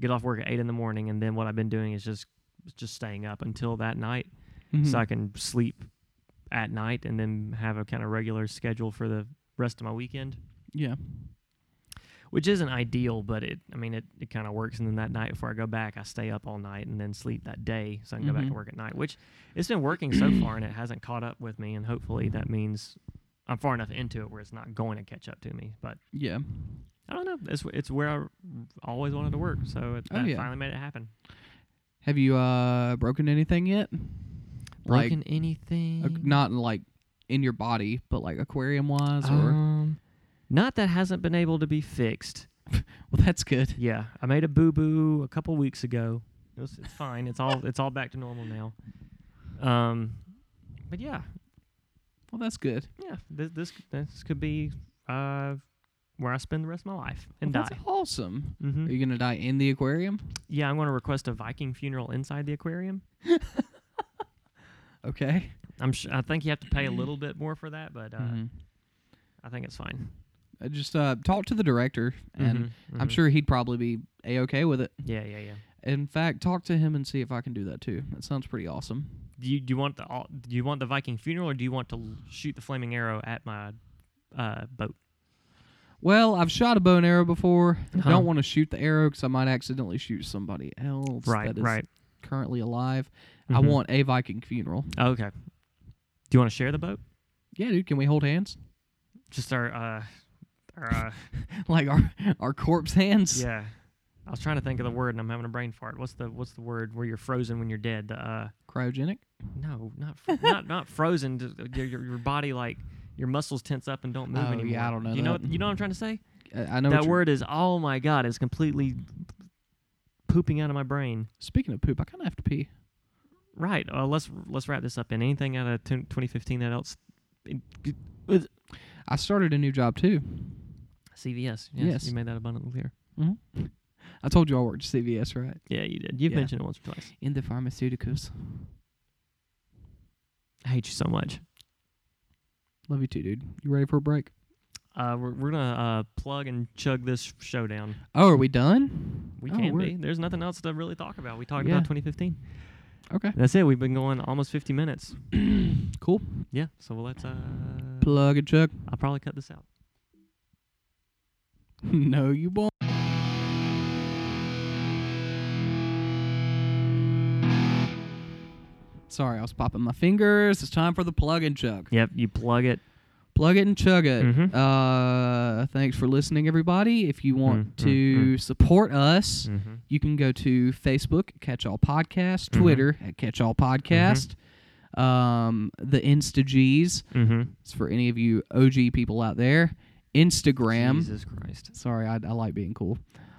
Speaker 1: get off work at eight in the morning, and then what I've been doing is just just staying up until that night,
Speaker 2: Mhm.
Speaker 1: so I can sleep at night and then have a kind of regular schedule for the rest of my weekend,
Speaker 2: yeah.
Speaker 1: which isn't ideal, but it I mean it, it kind of works. And then that night before I go back, I stay up all night and then sleep that day, so I can go back
Speaker 2: Mhm.
Speaker 1: to work at night. Which it's been working so far, and it hasn't caught up with me. And hopefully that means I'm far enough into it where it's not going to catch up to me, but.
Speaker 2: Yeah.
Speaker 1: I don't know. It's it's where I r- always wanted to work, so it
Speaker 2: Oh,
Speaker 1: that
Speaker 2: yeah.
Speaker 1: finally made it happen.
Speaker 2: Have you uh broken anything yet? Like,
Speaker 1: Broken anything?
Speaker 2: a- not like in your body, but like aquarium wise, or
Speaker 1: Um, not that hasn't been able to be fixed.
Speaker 2: well, that's good.
Speaker 1: Yeah, I made a boo boo a couple weeks ago. It was, it's fine. It's all it's all back to normal now. Um, but yeah,
Speaker 2: Well, that's good.
Speaker 1: yeah. This this this could be uh where I spend the rest of my life and
Speaker 2: Well,
Speaker 1: die.
Speaker 2: That's awesome.
Speaker 1: hmm
Speaker 2: Are you gonna die in the aquarium?
Speaker 1: Yeah, I'm going to request a Viking funeral inside the aquarium.
Speaker 2: Okay.
Speaker 1: I'm sh- I think you have to pay a little bit more for that, but uh,
Speaker 2: Mhm.
Speaker 1: I think it's fine.
Speaker 2: Uh, Just uh, talk to the director, and
Speaker 1: Mhm,
Speaker 2: I'm
Speaker 1: mhm.
Speaker 2: sure he'd probably be a okay with it.
Speaker 1: Yeah, yeah, yeah.
Speaker 2: In fact, talk to him and see if I can do that too. That sounds pretty awesome.
Speaker 1: Do you do you want the all, do you want the Viking funeral or do you want to l- shoot the flaming arrow at my uh, boat?
Speaker 2: Well, I've shot a bow and arrow before. I
Speaker 1: Uh-huh.
Speaker 2: don't want to shoot the arrow because I might accidentally shoot somebody else that is currently alive. I
Speaker 1: Mhm.
Speaker 2: want a Viking funeral.
Speaker 1: Oh, okay. Do you want to share the boat?
Speaker 2: Yeah, dude, can we hold hands?
Speaker 1: Just our uh, our uh,
Speaker 2: Like our our corpse hands?
Speaker 1: yeah. I was trying to think of the word and I'm having a brain fart. What's the what's the word where you're frozen when you're dead? The uh,
Speaker 2: Cryogenic?
Speaker 1: no, not fr- not not frozen. just uh, Your, your your body like your muscles tense up and don't move
Speaker 2: Oh, yeah,
Speaker 1: anymore.
Speaker 2: I don't know
Speaker 1: You know
Speaker 2: that.
Speaker 1: what, you know what I'm trying to say?
Speaker 2: I, Uh, I know what
Speaker 1: that
Speaker 2: you're-
Speaker 1: word is oh my god, it's completely pooping out of my brain.
Speaker 2: Speaking of poop, I kind of have to pee.
Speaker 1: Right. Uh, let's let's wrap this up. In anything out of t- 2015 that else, in- with
Speaker 2: I started a new job too.
Speaker 1: CVS. Yes,
Speaker 2: Yes.
Speaker 1: you made that abundantly clear.
Speaker 2: I told you I worked at CVS, right?
Speaker 1: Yeah, you did. You've
Speaker 2: Yeah.
Speaker 1: mentioned it once or twice.
Speaker 2: In the pharmaceuticals.
Speaker 1: I hate you so much.
Speaker 2: Love you too, dude. You ready for a break?
Speaker 1: Uh, we're we're gonna uh, plug and chug this show down.
Speaker 2: Oh, are we done?
Speaker 1: We
Speaker 2: Oh,
Speaker 1: can
Speaker 2: we're-
Speaker 1: be. There's nothing else to really talk about. We talked
Speaker 2: Yeah.
Speaker 1: about 2015.
Speaker 2: Okay.
Speaker 1: That's it. We've been going almost 50 minutes.
Speaker 2: Cool.
Speaker 1: Yeah. So well, let's. Uh,
Speaker 2: Plug and chuck.
Speaker 1: I'll probably cut this out.
Speaker 2: no, you won't. Sorry, I was popping my fingers. It's time for the plug and chug.
Speaker 1: Yep. You plug it.
Speaker 2: Plug it and chug it.
Speaker 1: Mhm.
Speaker 2: Uh, thanks for listening, everybody. If you want
Speaker 1: Mm, mm,
Speaker 2: to support us,
Speaker 1: Mm-hmm.
Speaker 2: you can go to Facebook, Catch All Podcast,
Speaker 1: Mhm.
Speaker 2: Twitter at Catch All Podcast, um, the InstaGs.
Speaker 1: Mm-hmm.
Speaker 2: It's for any of you OG people out there. Instagram.
Speaker 1: Jesus Christ.
Speaker 2: Sorry, I, I like being cool.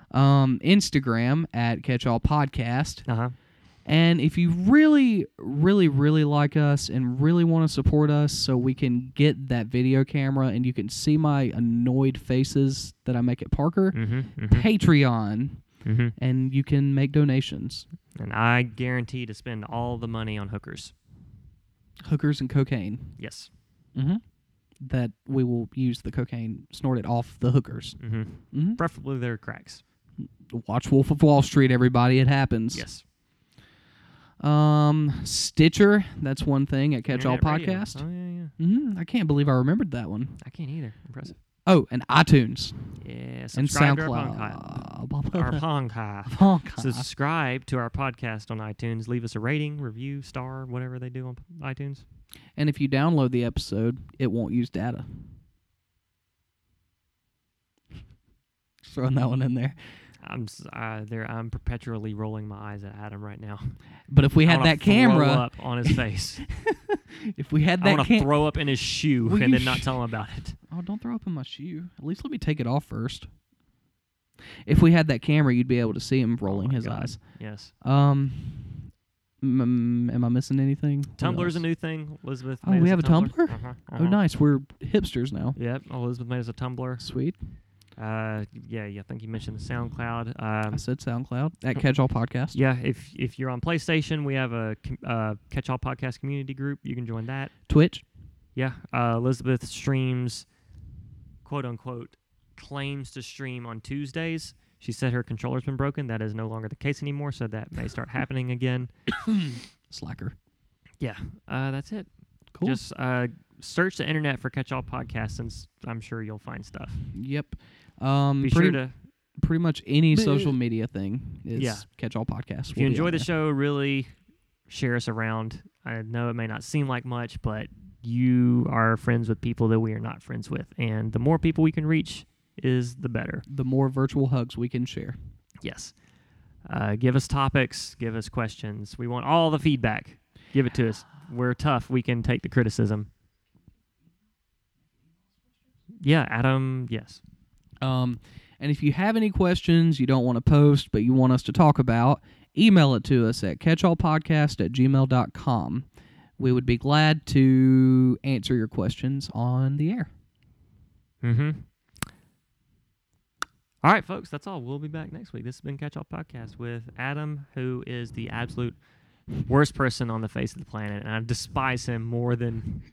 Speaker 2: Um, Instagram at Catch All Podcast.
Speaker 1: Uh huh.
Speaker 2: And if you really, really, really like us and really want to support us so we can get that video camera and you can see my annoyed faces that I make at Parker,
Speaker 1: Mm-hmm.
Speaker 2: Patreon,
Speaker 1: Mm-hmm.
Speaker 2: and you can make donations.
Speaker 1: And I guarantee to spend all the money on hookers.
Speaker 2: hookers and cocaine
Speaker 1: Yes.
Speaker 2: mm-hmm. that we will use the cocaine snorted off the hookers.
Speaker 1: hmm
Speaker 2: Mm-hmm.
Speaker 1: Preferably there are cracks.
Speaker 2: Watch Wolf of Wall Street, everybody. It happens.
Speaker 1: Yes.
Speaker 2: Um, Stitcher. That's one thing at Catch All
Speaker 1: Internet radio.
Speaker 2: Podcast.
Speaker 1: Oh yeah, yeah.
Speaker 2: Mm-hmm. I can't believe I remembered that one.
Speaker 1: I can't either. Impressive.
Speaker 2: Oh, and iTunes
Speaker 1: Yeah.
Speaker 2: and
Speaker 1: Subscribe to
Speaker 2: SoundCloud. Blah, blah,
Speaker 1: our
Speaker 2: blah.
Speaker 1: podcast. Our podcast.
Speaker 2: Podcast.
Speaker 1: Subscribe to our podcast on iTunes. Leave us a rating, review, star, whatever they do on iTunes.
Speaker 2: And if you download the episode, it won't use data. Just throwing that one in there.
Speaker 1: I'm s- uh, there. I'm perpetually rolling my eyes at Adam right now.
Speaker 2: But if we
Speaker 1: I
Speaker 2: had
Speaker 1: wanna
Speaker 2: that
Speaker 1: throw
Speaker 2: camera,
Speaker 1: up on his face.
Speaker 2: if we had
Speaker 1: I
Speaker 2: that
Speaker 1: want to
Speaker 2: camera,
Speaker 1: throw up in his shoe
Speaker 2: Will
Speaker 1: and
Speaker 2: you
Speaker 1: then not
Speaker 2: sh-
Speaker 1: tell him about it.
Speaker 2: Oh, don't throw up in my shoe. At least let me take it off first. If we had that camera, you'd be able to see him rolling
Speaker 1: Oh my
Speaker 2: his
Speaker 1: God.
Speaker 2: eyes.
Speaker 1: Yes.
Speaker 2: Um, m- m- am I missing anything? What
Speaker 1: Tumblr's a
Speaker 2: else?
Speaker 1: new thing. Elizabeth.
Speaker 2: Oh,
Speaker 1: made us
Speaker 2: we have a Tumblr?
Speaker 1: Uh-huh,
Speaker 2: Oh,
Speaker 1: uh-huh.
Speaker 2: nice. We're hipsters now.
Speaker 1: Yep, Elizabeth made us a Tumblr.
Speaker 2: Sweet.
Speaker 1: Uh, yeah, yeah, I think you mentioned the SoundCloud.
Speaker 2: I
Speaker 1: Um,
Speaker 2: said SoundCloud at Catch All Podcast.
Speaker 1: yeah, if if you're on PlayStation, we have a com- uh, Catch All Podcast community group. You can join that.
Speaker 2: Twitch.
Speaker 1: Yeah, uh, Elizabeth streams, quote unquote, claims to stream on Tuesdays. She said her controller's been broken. That is no longer the case anymore, so that may start happening again.
Speaker 2: Slacker.
Speaker 1: Yeah, uh, that's it.
Speaker 2: Cool.
Speaker 1: Just uh, search the internet for Catch All Podcasts, and s- I'm sure you'll find stuff.
Speaker 2: yep. Um,
Speaker 1: Be
Speaker 2: pretty,
Speaker 1: sure to,
Speaker 2: pretty much any
Speaker 1: Bleh.
Speaker 2: social media thing is
Speaker 1: Yeah.
Speaker 2: catch all podcasts.
Speaker 1: if you enjoy the show, really share us around. I know it may not seem like much, but you are friends with people that we are not friends with, and the more people we can reach is the better.
Speaker 2: the more virtual hugs we can share.
Speaker 1: Yes. Uh, give us topics. Give us questions. We want all the feedback. Give it to us. We're tough. We can take the criticism. Yeah, Adam. Yes.
Speaker 2: Um, and if you have any questions you don't want to post but you want us to talk about, email it to us at catchallpodcast at gmail.com. We would be glad to answer your questions on the air.
Speaker 1: Mm-hmm. All right, folks. That's all. We'll be back next week. This has been Catch All Podcast with Adam, who is the absolute worst person on the face of the planet, and I despise him more than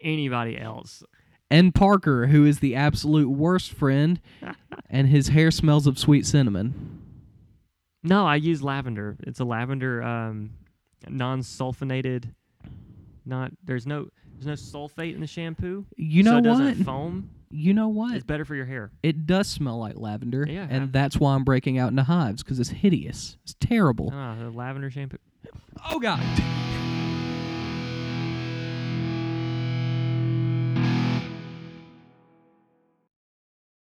Speaker 1: anybody else.
Speaker 2: And Parker, who is the absolute worst friend, and his hair smells of sweet cinnamon.
Speaker 1: No, I use lavender. It's a lavender um non-sulfonated not there's no there's no sulfate in the shampoo.
Speaker 2: You
Speaker 1: so it
Speaker 2: know what?
Speaker 1: doesn't foam.
Speaker 2: you know what?
Speaker 1: It's better for your hair.
Speaker 2: It does smell like lavender,
Speaker 1: Yeah,
Speaker 2: and
Speaker 1: I've-
Speaker 2: that's why I'm breaking out into hives because it's hideous. It's terrible.
Speaker 1: Ah, the lavender shampoo.
Speaker 2: Oh God.